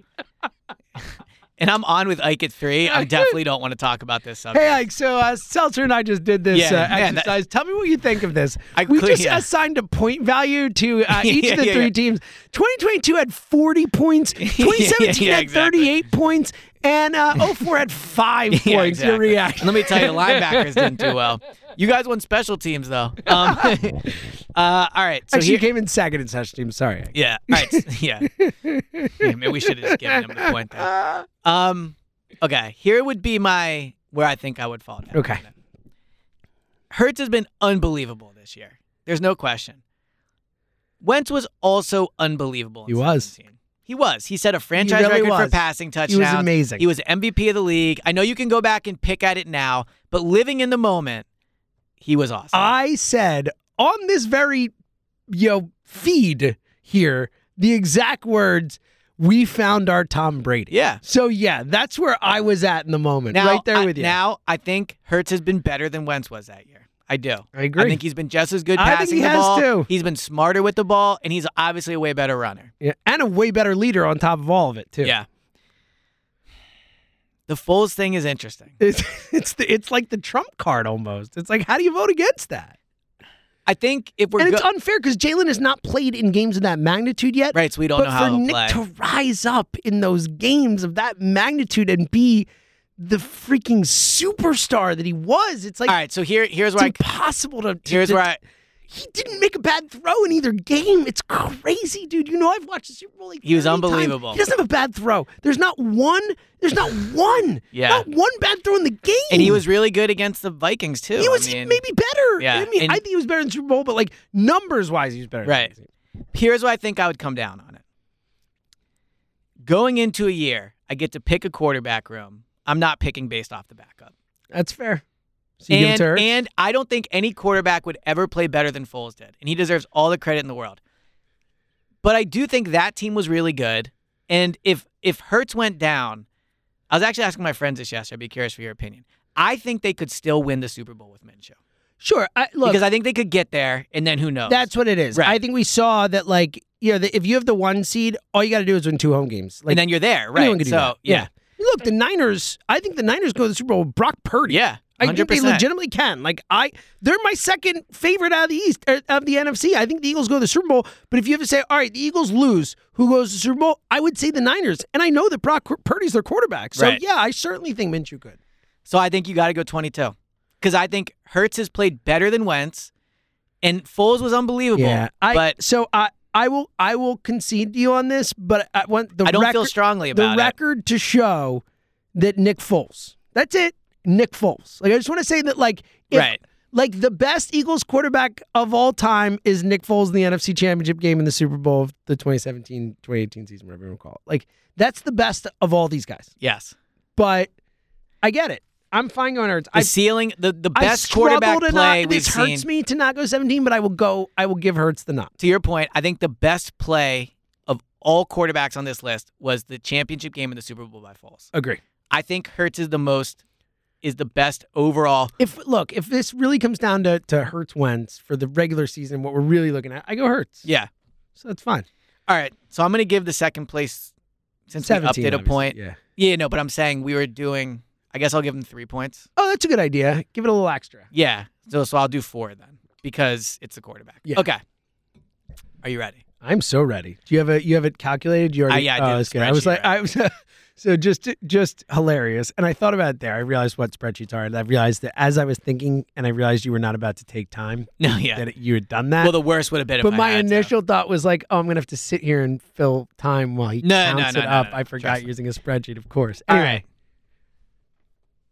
Speaker 3: and I'm on with Ike at three. I definitely don't want to talk about this subject.
Speaker 2: Hey, Ike. So uh, Seltzer and I just did this
Speaker 3: Yeah,
Speaker 2: uh,
Speaker 3: man, that-
Speaker 2: exercise. Tell me what you think of this.
Speaker 3: I
Speaker 2: we
Speaker 3: clear-
Speaker 2: just
Speaker 3: yeah.
Speaker 2: assigned a point value to uh, each
Speaker 3: Yeah,
Speaker 2: of the
Speaker 3: yeah,
Speaker 2: three
Speaker 3: yeah.
Speaker 2: teams. 2022 had 40 points. 2017
Speaker 3: yeah,
Speaker 2: had
Speaker 3: exactly.
Speaker 2: 38 points, and uh, 04 had five
Speaker 3: Yeah,
Speaker 2: points. Your
Speaker 3: exactly.
Speaker 2: reaction?
Speaker 3: And let me tell you, the linebackers didn't do well. You guys won special teams though. Um, uh, all right. So
Speaker 2: Actually, you
Speaker 3: here,
Speaker 2: came in second in such team. Sorry. Ike.
Speaker 3: Yeah. All right. Yeah. yeah man, we should have just given him the point there. Um, okay. Here would be my where I think I would fall down.
Speaker 2: Okay.
Speaker 3: Hertz has been unbelievable this year. There's no question. Wentz was also unbelievable. in
Speaker 2: He was.
Speaker 3: 17. He was. He set a franchise
Speaker 2: really
Speaker 3: record
Speaker 2: was.
Speaker 3: for passing touchdowns.
Speaker 2: amazing.
Speaker 3: He was MVP of the league. I know you can go back and pick at it now, but living in the moment, he was awesome.
Speaker 2: I said on this very you know feed here the exact words. We found our Tom Brady.
Speaker 3: Yeah.
Speaker 2: So yeah, that's where I was at in the moment.
Speaker 3: Now,
Speaker 2: right there
Speaker 3: I-
Speaker 2: with you.
Speaker 3: Now I think Hertz has been better than Wentz was that year. I do.
Speaker 2: I agree.
Speaker 3: I think he's been just as good
Speaker 2: I think
Speaker 3: passing
Speaker 2: he
Speaker 3: the
Speaker 2: has
Speaker 3: ball.
Speaker 2: too.
Speaker 3: He's been smarter with the ball, and he's obviously a way better runner.
Speaker 2: Yeah, and a way better leader on top of all of it too.
Speaker 3: Yeah. The Foles thing is interesting.
Speaker 2: it's it's the, it's like the trump card almost. It's like how do you vote against that?
Speaker 3: I think if we're
Speaker 2: and it's
Speaker 3: go-
Speaker 2: unfair because Jalen has not played in games of that magnitude yet.
Speaker 3: right, so we don't
Speaker 2: but
Speaker 3: know how
Speaker 2: for
Speaker 3: he'll
Speaker 2: Nick
Speaker 3: play.
Speaker 2: to rise up in those games of that magnitude and be the freaking superstar that he was, it's like
Speaker 3: All right, so here here's
Speaker 2: it's
Speaker 3: where I,
Speaker 2: impossible to. to-
Speaker 3: here's
Speaker 2: to-
Speaker 3: where I,
Speaker 2: he didn't make a bad throw in either game. It's crazy, dude. You know I've watched the Super Bowl. Like
Speaker 3: He was
Speaker 2: 30 times.
Speaker 3: unbelievable.
Speaker 2: He doesn't have a bad throw. There's not one. There's not one.
Speaker 3: Yeah.
Speaker 2: Not one bad throw in the game.
Speaker 3: and he was really good against the Vikings too.
Speaker 2: He
Speaker 3: I
Speaker 2: was
Speaker 3: mean-
Speaker 2: maybe better.
Speaker 3: Yeah,
Speaker 2: I mean,
Speaker 3: and-
Speaker 2: I think he was better in the Super Bowl, but like numbers wise, he was better. than
Speaker 3: Right.
Speaker 2: Ramsey.
Speaker 3: here's why I think I would come down on it. Going into a year, I get to pick a quarterback room. I'm not picking based off the backup.
Speaker 2: That's fair. So you give it
Speaker 3: And,
Speaker 2: to her?
Speaker 3: and I don't think any quarterback would ever play better than Foles did. And he deserves all the credit in the world. But I do think that team was really good. And if if Hertz went down, I was actually asking my friends this yesterday. I'd be curious for your opinion. I think they could still win the Super Bowl with Minshew.
Speaker 2: sure. I, look,
Speaker 3: because I think they could get there and then who knows.
Speaker 2: that's what it is.
Speaker 3: Right.
Speaker 2: I think we saw that like you know, the, if you have the one seed, all you got to do is win two home games. Like
Speaker 3: and then you're there, right?
Speaker 2: anyone could do
Speaker 3: so
Speaker 2: that.
Speaker 3: yeah.
Speaker 2: Look, the Niners. I think the Niners go to the Super Bowl with Brock Purdy.
Speaker 3: Yeah,
Speaker 2: I think they
Speaker 3: 100%.
Speaker 2: legitimately can. Like I, they're my second favorite out of the East er, of the NFC. I think the Eagles go to the Super Bowl. But if you have to say, all right, the Eagles lose, who goes to the Super Bowl? I would say the Niners, and I know that Brock Purdy's their quarterback. So
Speaker 3: Right.
Speaker 2: yeah, I certainly think Minshew could.
Speaker 3: So I think you got to go 22 because I think Hertz has played better than Wentz, and Foles was unbelievable.
Speaker 2: I,
Speaker 3: but
Speaker 2: so I, I will, I will concede to you on this, but I want the
Speaker 3: I don't feel
Speaker 2: record-
Speaker 3: strongly
Speaker 2: the
Speaker 3: about it.
Speaker 2: record to show that Nick Foles. That's it. Nick Foles. Like I just want to say that like if,
Speaker 3: Right.
Speaker 2: like the best Eagles quarterback of all time is Nick Foles in the NFC Championship game in the Super Bowl of the 2017-2018 season, whatever you want to call it. Like that's the best of all these guys.
Speaker 3: Yes,
Speaker 2: But I get it. I'm fine going Hurts.
Speaker 3: the
Speaker 2: I
Speaker 3: ceiling, the, the
Speaker 2: I
Speaker 3: best
Speaker 2: struggle
Speaker 3: quarterback
Speaker 2: to
Speaker 3: play
Speaker 2: not,
Speaker 3: we've
Speaker 2: this hurts
Speaker 3: seen.
Speaker 2: me to not go 17, but I will go. I will give Hurts the nod.
Speaker 3: To your point, I think the best play of all quarterbacks on this list was the championship game in the Super Bowl by Foles.
Speaker 2: Agree.
Speaker 3: I think Hertz is the most, is the best overall.
Speaker 2: If look, if this really comes down to to Hurts Wentz for the regular season, what we're really looking at, I go Hurts.
Speaker 3: Yeah.
Speaker 2: So that's fine.
Speaker 3: All right. So I'm going to give the second place since we upped it a
Speaker 2: obviously,
Speaker 3: point.
Speaker 2: Yeah.
Speaker 3: Yeah, no, but I'm saying we were doing. I guess I'll give them three points.
Speaker 2: Oh, that's a good idea. Give it a little extra.
Speaker 3: Yeah. So so I'll do four then because it's a quarterback.
Speaker 2: Yeah.
Speaker 3: Okay. Are you ready?
Speaker 2: I'm so ready. Do you have a you have it calculated? You already?
Speaker 3: yeah, I
Speaker 2: oh,
Speaker 3: did a
Speaker 2: that's good. I was
Speaker 3: spreadsheet,
Speaker 2: like, I was so just just hilarious. And I thought about it there. I realized what spreadsheets are, and I realized that as I was thinking, and I realized you were not about to take time
Speaker 3: No. Yeah.
Speaker 2: that you had done that.
Speaker 3: Well, the worst would have been. if
Speaker 2: but
Speaker 3: I
Speaker 2: my
Speaker 3: had to.
Speaker 2: initial thought was like, oh, I'm gonna have to sit here and fill time while he
Speaker 3: No, no,
Speaker 2: counts
Speaker 3: no,
Speaker 2: it
Speaker 3: no,
Speaker 2: up.
Speaker 3: no, no.
Speaker 2: I forgot
Speaker 3: Trust me.
Speaker 2: using a spreadsheet, of course.
Speaker 3: All
Speaker 2: Anyway,
Speaker 3: right.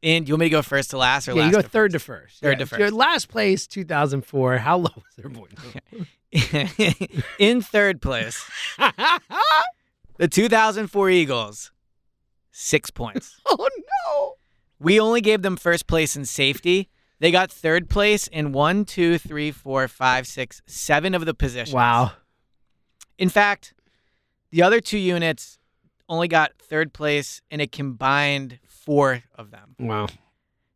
Speaker 3: And you want me to go first to last or
Speaker 2: yeah,
Speaker 3: last?
Speaker 2: you go
Speaker 3: to
Speaker 2: third to first. Yeah.
Speaker 3: Third to
Speaker 2: So
Speaker 3: first.
Speaker 2: Your last place, 2004. How low was their point? total?
Speaker 3: first? In third place, the 2004 Eagles, six points.
Speaker 2: oh no.
Speaker 3: We only gave them first place in safety. They got third place in one, two, three, four, five, six, seven of the positions.
Speaker 2: Wow.
Speaker 3: In fact, the other two units only got third place in a combined four of them.
Speaker 2: Wow.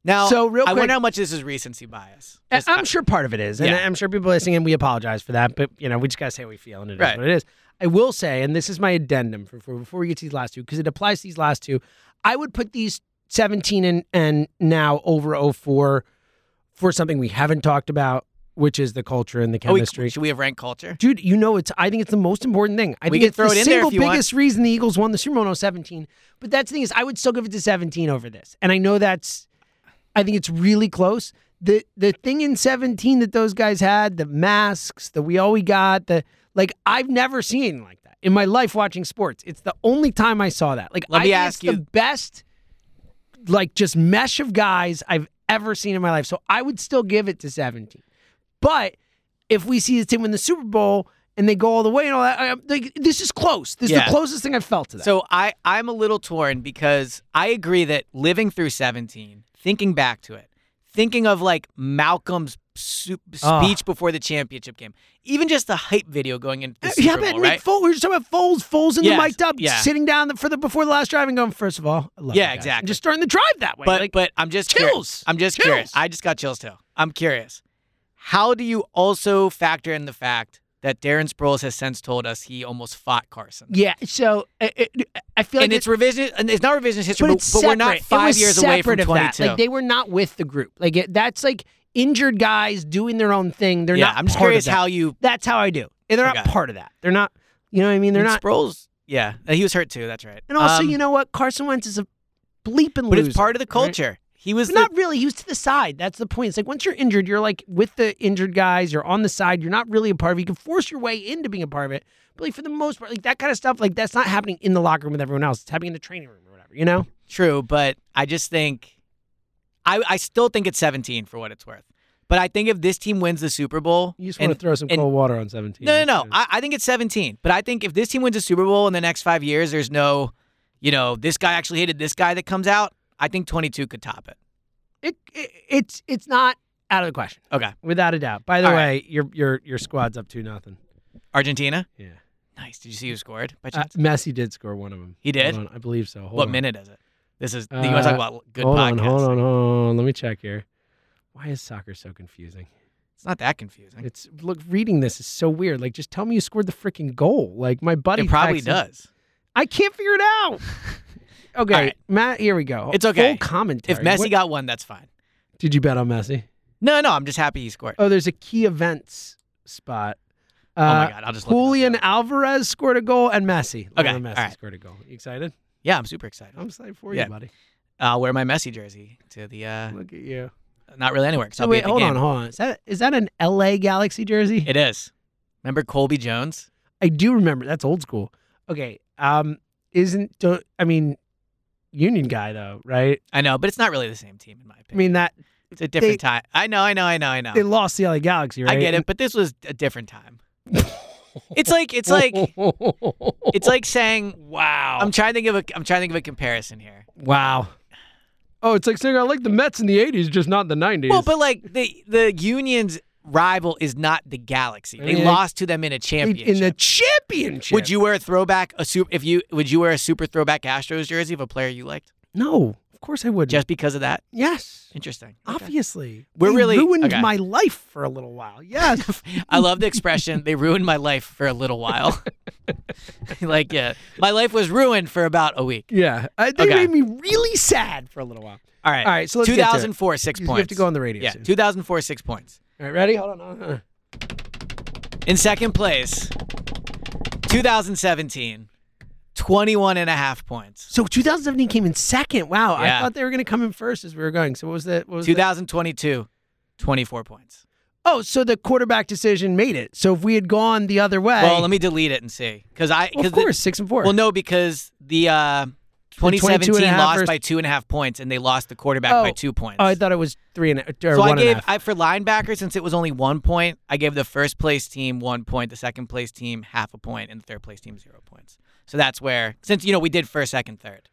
Speaker 3: Now,
Speaker 2: So, real
Speaker 3: I
Speaker 2: quick- Uh,
Speaker 3: wonder how much this is recency bias. Just- uh,
Speaker 2: I'm sure part of it is. And
Speaker 3: Yeah.
Speaker 2: I'm sure people listening, and we apologize for that, but you know, we just gotta say how we feel and it is
Speaker 3: Right.
Speaker 2: what it is. I will say, and this is my addendum for, for before we get to these last two, because it applies to these last two. I would put these 17 and, and now over 04 for something we haven't talked about, which is the culture and the
Speaker 3: Oh, we-
Speaker 2: chemistry.
Speaker 3: should we have ranked culture?
Speaker 2: Dude, you know it's. I think it's the most important thing. I
Speaker 3: We
Speaker 2: think
Speaker 3: can
Speaker 2: it's
Speaker 3: throw
Speaker 2: the
Speaker 3: it in there
Speaker 2: single
Speaker 3: if you want.
Speaker 2: biggest reason the Eagles won the Super Bowl in 17. But that's the thing is, I would still give it to 17 over this, and I know that's. I think it's really close. the The thing in 17 that those guys had, the masks, the we all we got, the like, I've never seen anything like that in my life watching sports. It's the only time I saw that. Like,
Speaker 3: Let
Speaker 2: I
Speaker 3: me
Speaker 2: think
Speaker 3: ask
Speaker 2: it's the
Speaker 3: you-
Speaker 2: best, like, just mesh of guys I've ever seen in my life. So I would still give it to 17. But if we see the team win the Super Bowl and they go all the way and all that, I, I'm like, this is close. This is
Speaker 3: Yeah.
Speaker 2: the closest thing I've felt to that.
Speaker 3: So I, I'm a little torn because I agree that living through 17, thinking back to it, thinking of like Malcolm's su-
Speaker 2: Ah.
Speaker 3: speech before the championship game, even just the hype video going into the
Speaker 2: Uh,
Speaker 3: Super
Speaker 2: yeah, but
Speaker 3: Bowl,
Speaker 2: Nick
Speaker 3: right?
Speaker 2: Foles, we were just talking about Foles, Foles in
Speaker 3: Yes,
Speaker 2: the mic'd up,
Speaker 3: yeah.
Speaker 2: sitting down for the before the last drive and going, first of all, I love
Speaker 3: Yeah,
Speaker 2: you guys." And
Speaker 3: exactly.
Speaker 2: Just starting the drive that way.
Speaker 3: But
Speaker 2: like,
Speaker 3: but I'm just
Speaker 2: chills.
Speaker 3: curious. I'm just
Speaker 2: Chills.
Speaker 3: curious. I just got chills too. I'm curious. How do you also factor in the fact that Darren Sproles has since told us he almost fought Carson?
Speaker 2: yeah, so it, it, I feel like
Speaker 3: and
Speaker 2: it-
Speaker 3: it's revisionist. And it's not revisionist history, but,
Speaker 2: it's
Speaker 3: but we're not
Speaker 2: separate. It
Speaker 3: five
Speaker 2: was
Speaker 3: years away from
Speaker 2: separate of that.
Speaker 3: 22.
Speaker 2: Like they were not with the group. Like it, that's like injured guys doing their own thing. They're
Speaker 3: yeah,
Speaker 2: not.
Speaker 3: I'm just
Speaker 2: part of
Speaker 3: curious
Speaker 2: that.
Speaker 3: how you.
Speaker 2: That's how I do. And they're not
Speaker 3: Okay.
Speaker 2: part of that. They're not. You know what I mean? They're
Speaker 3: and
Speaker 2: not.
Speaker 3: Sproles. Yeah, he was hurt too. That's right.
Speaker 2: And also,
Speaker 3: Um,
Speaker 2: you know what? Carson Wentz is a bleeping
Speaker 3: but
Speaker 2: loser.
Speaker 3: it's part of the
Speaker 2: right?
Speaker 3: culture. He was
Speaker 2: But
Speaker 3: the,
Speaker 2: not really. He was to the side. That's the point. It's like once you're injured, you're like with the injured guys. You're on the side. You're not really a part of it. You can force your way into being a part of it. But like for the most part, like that kind of stuff, like that's not happening in the locker room with everyone else. It's happening in the training room or whatever. You know?
Speaker 3: True, but I just think I I still think it's 17 for what it's worth. But I think if this team wins the Super Bowl,
Speaker 2: You just
Speaker 3: and-
Speaker 2: want to throw some
Speaker 3: and-
Speaker 2: cold water on 17.
Speaker 3: No, no, no. I, I think it's 17. But I think if this team wins a Super Bowl in the next five years, there's no, you know, this guy actually hated this guy that comes out. I think 22 could top it.
Speaker 2: it, it it's it's not out of the question
Speaker 3: Okay.
Speaker 2: without a doubt. By the
Speaker 3: All
Speaker 2: way,
Speaker 3: right.
Speaker 2: your your your squad's up two nothing.
Speaker 3: Argentina?
Speaker 2: Yeah,
Speaker 3: Nice. Did you see who scored by
Speaker 2: uh,
Speaker 3: chance?
Speaker 2: Messi did score one of them.
Speaker 3: He did?
Speaker 2: Hold on, I believe so. Hold
Speaker 3: what
Speaker 2: on.
Speaker 3: minute is it? This is, you want to
Speaker 2: Uh,
Speaker 3: talk about good
Speaker 2: hold
Speaker 3: podcast.
Speaker 2: on, hold on, hold on. Let me check here. Why is soccer so confusing?
Speaker 3: It's not that confusing.
Speaker 2: It's look reading this is so weird. Like, just tell me you scored the freaking goal. Like my buddy
Speaker 3: it probably
Speaker 2: texted-
Speaker 3: does.
Speaker 2: I can't figure it out. Okay,
Speaker 3: All right.
Speaker 2: Matt. Here we go.
Speaker 3: It's okay.
Speaker 2: Full commentary.
Speaker 3: If Messi
Speaker 2: What-
Speaker 3: got one, that's fine.
Speaker 2: did you bet on Messi?
Speaker 3: No, no, I'm just happy he scored.
Speaker 2: Oh, there's a key events spot. Uh,
Speaker 3: Oh my God, I'll just look it up
Speaker 2: Julian
Speaker 3: now.
Speaker 2: Alvarez scored a goal and Messi. Lionel
Speaker 3: Okay,
Speaker 2: Messi
Speaker 3: all right.
Speaker 2: scored a goal. You excited?
Speaker 3: Yeah, I'm super excited.
Speaker 2: I'm excited for
Speaker 3: Yeah.
Speaker 2: you, buddy.
Speaker 3: I'll wear my Messi jersey to the uh,
Speaker 2: Look at you.
Speaker 3: not really anywhere. 'cause
Speaker 2: So
Speaker 3: I'll be
Speaker 2: wait,
Speaker 3: at the
Speaker 2: hold
Speaker 3: game.
Speaker 2: on, hold on. Is that is that an LA Galaxy jersey?
Speaker 3: It is. Remember Colby Jones?
Speaker 2: I do remember. That's old school. Okay. Um, isn't don't I mean, Union guy though, right?
Speaker 3: I know, but it's not really the same team in my
Speaker 2: I
Speaker 3: opinion.
Speaker 2: mean that
Speaker 3: it's a different time. I know, I know, I know, I know.
Speaker 2: they lost the LA Galaxy, right?
Speaker 3: I get it, but this was a different time. it's like it's like it's like saying
Speaker 2: wow,
Speaker 3: I'm trying to give a I'm trying to give a comparison here.
Speaker 2: wow. Oh, it's like saying I like the Mets in the '80s, just not the '90s.
Speaker 3: Well, but like the the Union's rival is not the Galaxy. They
Speaker 2: Yeah.
Speaker 3: lost to them in a
Speaker 2: in,
Speaker 3: championship.
Speaker 2: in the championship,
Speaker 3: would you wear a throwback a super if you would you wear a super throwback Astros jersey of a player you liked
Speaker 2: Mm. No, of course I would.
Speaker 3: just because of that?
Speaker 2: yes,
Speaker 3: Interesting.
Speaker 2: obviously.
Speaker 3: We're
Speaker 2: They
Speaker 3: really-
Speaker 2: ruined
Speaker 3: okay.
Speaker 2: my life for a little while. Yes,
Speaker 3: I love the expression. They ruined my life for a little while. like yeah, my life was ruined for about a week.
Speaker 2: yeah. I, they
Speaker 3: Okay.
Speaker 2: made me really sad for a little while.
Speaker 3: All right.
Speaker 2: All right, so let's get to it.
Speaker 3: 2004 six
Speaker 2: You
Speaker 3: points.
Speaker 2: have to go on the radio.
Speaker 3: Yeah,
Speaker 2: soon.
Speaker 3: 2004 six points.
Speaker 2: All right, ready? Hold on. Uh-huh. hold on.
Speaker 3: In second place, 2017, 21 and a half points.
Speaker 2: So 2017 came in second. Wow, I
Speaker 3: Yeah.
Speaker 2: thought they were going to come in first as we were going. So what was that? What was that?
Speaker 3: 2022, 24 points.
Speaker 2: Oh, so the quarterback decision made it. So if we had gone the other way,
Speaker 3: Well, let me delete it and see because I
Speaker 2: Well,
Speaker 3: because
Speaker 2: of course, six and four.
Speaker 3: well no because the uh, 2017
Speaker 2: 22 and a half
Speaker 3: lost
Speaker 2: versus-
Speaker 3: by two and a half points and they lost the quarterback by
Speaker 2: Oh.
Speaker 3: two points.
Speaker 2: oh, I thought it was three and a- or
Speaker 3: so I
Speaker 2: one and a
Speaker 3: gave
Speaker 2: half.
Speaker 3: I for linebacker since it was only one point, I gave the first place team one point, the second place team half a point, and the third place team zero points. So that's where since you know we did first, second, third.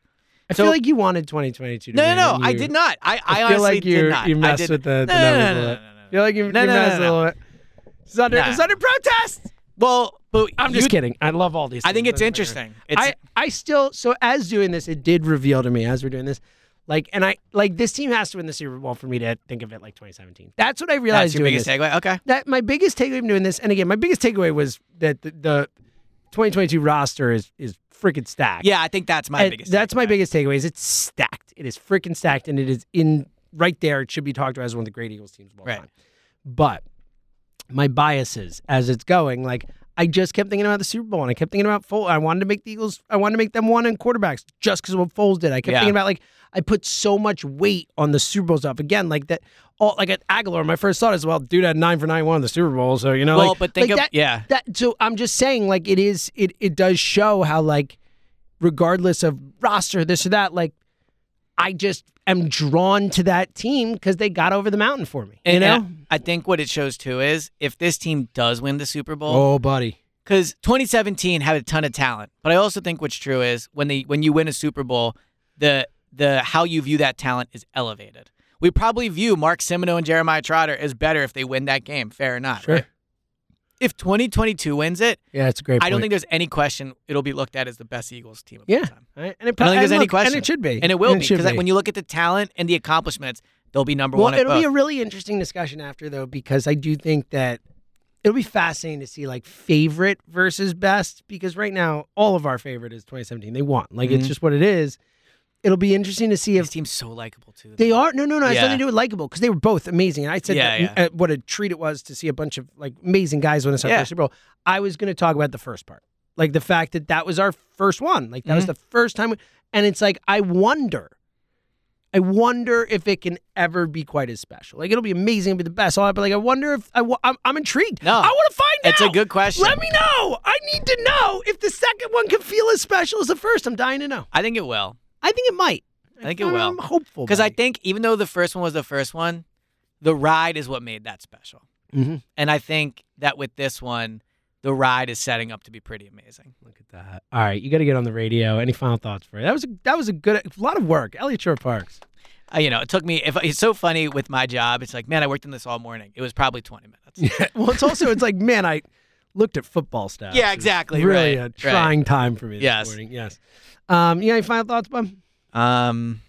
Speaker 2: I
Speaker 3: so-
Speaker 2: feel like you wanted 2022. To
Speaker 3: No,
Speaker 2: win,
Speaker 3: no,
Speaker 2: and
Speaker 3: no, I
Speaker 2: you-
Speaker 3: did not. I, I,
Speaker 2: I, feel
Speaker 3: honestly
Speaker 2: like you
Speaker 3: did not.
Speaker 2: you
Speaker 3: I
Speaker 2: messed
Speaker 3: did,
Speaker 2: with the, the
Speaker 3: no, no,
Speaker 2: numbers a
Speaker 3: no, no,
Speaker 2: little.
Speaker 3: no, no, no.
Speaker 2: I feel like you,
Speaker 3: No,
Speaker 2: you
Speaker 3: no, no,
Speaker 2: messed
Speaker 3: no.
Speaker 2: a little bit. It's under,
Speaker 3: Nah.
Speaker 2: it's under protest.
Speaker 3: Well, but
Speaker 2: I'm
Speaker 3: you-
Speaker 2: just kidding. I love all these.
Speaker 3: I think
Speaker 2: things. That's
Speaker 3: it's
Speaker 2: my-
Speaker 3: interesting. It's
Speaker 2: I, I still so as doing this, it did reveal to me as we're doing this, like and I like this team has to win the Super Bowl for me to think of it like 2017. That's what I realized
Speaker 3: that's your
Speaker 2: doing
Speaker 3: biggest
Speaker 2: this.
Speaker 3: takeaway. Okay,
Speaker 2: That my biggest takeaway from doing this, and again, my biggest takeaway was that the, the 2022 roster is is freaking stacked.
Speaker 3: yeah, I think that's my
Speaker 2: And
Speaker 3: biggest.
Speaker 2: That's my
Speaker 3: takeaway.
Speaker 2: biggest takeaway. Is it's stacked. It is freaking stacked, and it is in right there. It should be talked about as one of the great Eagles teams of all
Speaker 3: Right.
Speaker 2: time. But my biases as it's going, like I just kept thinking about the Super Bowl, and I kept thinking about Foles. I wanted to make the Eagles. I wanted to make them one in quarterbacks just because what Foles did. I kept
Speaker 3: Yeah.
Speaker 2: thinking about like I put so much weight on the Super Bowl stuff again, like that. All like at Aguilar, my first thought is, well, dude had nine for nine one in the Super Bowl, so you know.
Speaker 3: Well,
Speaker 2: like-
Speaker 3: but think
Speaker 2: like
Speaker 3: of
Speaker 2: that,
Speaker 3: yeah,
Speaker 2: that so I'm just saying like it is it it does show how like regardless of roster this or that like I just am drawn to that team because they got over the mountain for me. You
Speaker 3: And-
Speaker 2: know?
Speaker 3: and I think what it shows too is if this team does win the Super Bowl,
Speaker 2: oh, buddy.
Speaker 3: because 2017 had a ton of talent. But I also think what's true is when they when you win a Super Bowl, the the how you view that talent is elevated. We probably view Mark Simino and Jeremiah Trotter as better if they win that game. Fair or not? right? If 2022 wins it,
Speaker 2: Yeah, it's a great.
Speaker 3: I don't
Speaker 2: point.
Speaker 3: think there's any question it'll be looked at as the best Eagles team. Of
Speaker 2: Yeah,
Speaker 3: all time.
Speaker 2: Right? and it
Speaker 3: I
Speaker 2: prob-
Speaker 3: don't think there's
Speaker 2: and
Speaker 3: any
Speaker 2: look,
Speaker 3: question,
Speaker 2: and it should be,
Speaker 3: and it will
Speaker 2: and
Speaker 3: be
Speaker 2: should
Speaker 3: because when you look at the talent and the accomplishments, they'll be number
Speaker 2: well,
Speaker 3: one. at
Speaker 2: it'll be a
Speaker 3: both.
Speaker 2: really interesting discussion after though because I do think that it'll be fascinating to see like favorite versus best because right now all of our favorite is 2017. They want like it's
Speaker 3: Mhm.
Speaker 2: just what it is. It'll be interesting to see if
Speaker 3: These team's so likable too.
Speaker 2: They are no, no, no. It's
Speaker 3: Yeah.
Speaker 2: nothing to do with likable because they were both amazing. And I said
Speaker 3: Yeah,
Speaker 2: that, uh, what a treat it was to see a bunch of like amazing guys win a
Speaker 3: Yeah.
Speaker 2: Super Bowl. I was going to talk about the first part, like the fact that that was our first one, like that
Speaker 3: Mm-hmm.
Speaker 2: was the first time. we- and it's like I wonder, I wonder if it can ever be quite as special. Like it'll be amazing, it'll be the best. All that, but like I wonder if I, wa- I'm, I'm intrigued.
Speaker 3: No.
Speaker 2: I want to find
Speaker 3: It's
Speaker 2: out.
Speaker 3: a good question.
Speaker 2: Let me know. I need to know if the second one can feel as special as the first. I'm dying to know.
Speaker 3: I think it will.
Speaker 2: I think it might.
Speaker 3: I think it
Speaker 2: I'm-
Speaker 3: will.
Speaker 2: I'm hopeful
Speaker 3: Because I
Speaker 2: buddy.
Speaker 3: think even though the first one was the first one, the ride is what made that special.
Speaker 2: Mhm.
Speaker 3: And I think that with this one, the ride is setting up to be pretty amazing.
Speaker 2: Look at that. All right, you got to get on the radio. Any final thoughts for you? That was a, that was a good a lot of work. Elliot Shore Parks.
Speaker 3: Uh, you know, it took me. If it's so funny with my job, it's like, man, I worked on this all morning. It was probably twenty minutes.
Speaker 2: well, it's also it's like man, I looked at football stats. It
Speaker 3: Yeah,
Speaker 2: was
Speaker 3: exactly,
Speaker 2: Really
Speaker 3: right,
Speaker 2: a
Speaker 3: right.
Speaker 2: trying time for me this
Speaker 3: Yes.
Speaker 2: morning. Yes. Um, you got any final thoughts, Bob?
Speaker 3: um,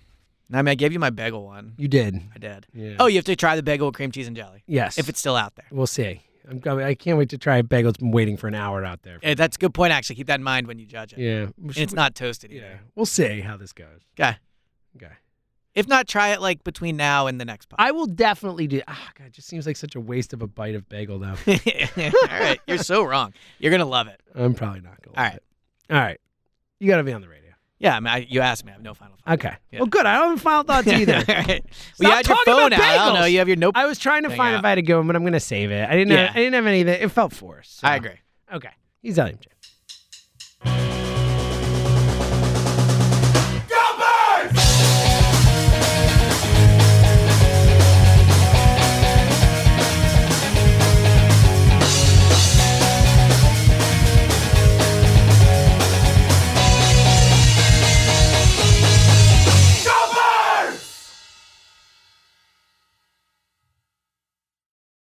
Speaker 3: I mean, I gave you my bagel one.
Speaker 2: You did.
Speaker 3: I did.
Speaker 2: Yeah.
Speaker 3: Oh, you have to try the bagel with cream cheese and jelly
Speaker 2: Yes.
Speaker 3: if it's still out there.
Speaker 2: we'll see. I'm, coming- I can't wait to try a bagel. It's been waiting for an hour out there.
Speaker 3: Eh, that's a good point, actually. Keep that in mind when you judge it.
Speaker 2: Yeah.
Speaker 3: And it's not toasted
Speaker 2: Yeah.
Speaker 3: either.
Speaker 2: We'll see how this goes.
Speaker 3: Okay.
Speaker 2: Okay.
Speaker 3: If not, try it like between now and the next podcast.
Speaker 2: I will definitely do. Ah, God, it just seems like such a waste of a bite of bagel, though.
Speaker 3: All right. You're so wrong. You're going to love it.
Speaker 2: I'm probably not going to.
Speaker 3: All right.
Speaker 2: All right. You got to be on the radio.
Speaker 3: Yeah. I mean, I, you asked me. I have no final thoughts.
Speaker 2: Okay.
Speaker 3: Yeah.
Speaker 2: Well, good. I don't have final thoughts either.
Speaker 3: All right. Well,
Speaker 2: Stop
Speaker 3: you had your
Speaker 2: talking
Speaker 3: phone
Speaker 2: about
Speaker 3: out. I don't know.
Speaker 2: bagels.
Speaker 3: You have your notebook.
Speaker 2: I was trying to
Speaker 3: Hang
Speaker 2: find
Speaker 3: out.
Speaker 2: if I had a good one, but I'm going to save it. I didn't.
Speaker 3: Yeah.
Speaker 2: Have, I didn't have any that it felt forced. so.
Speaker 3: I agree.
Speaker 2: Okay. He's Elliot J.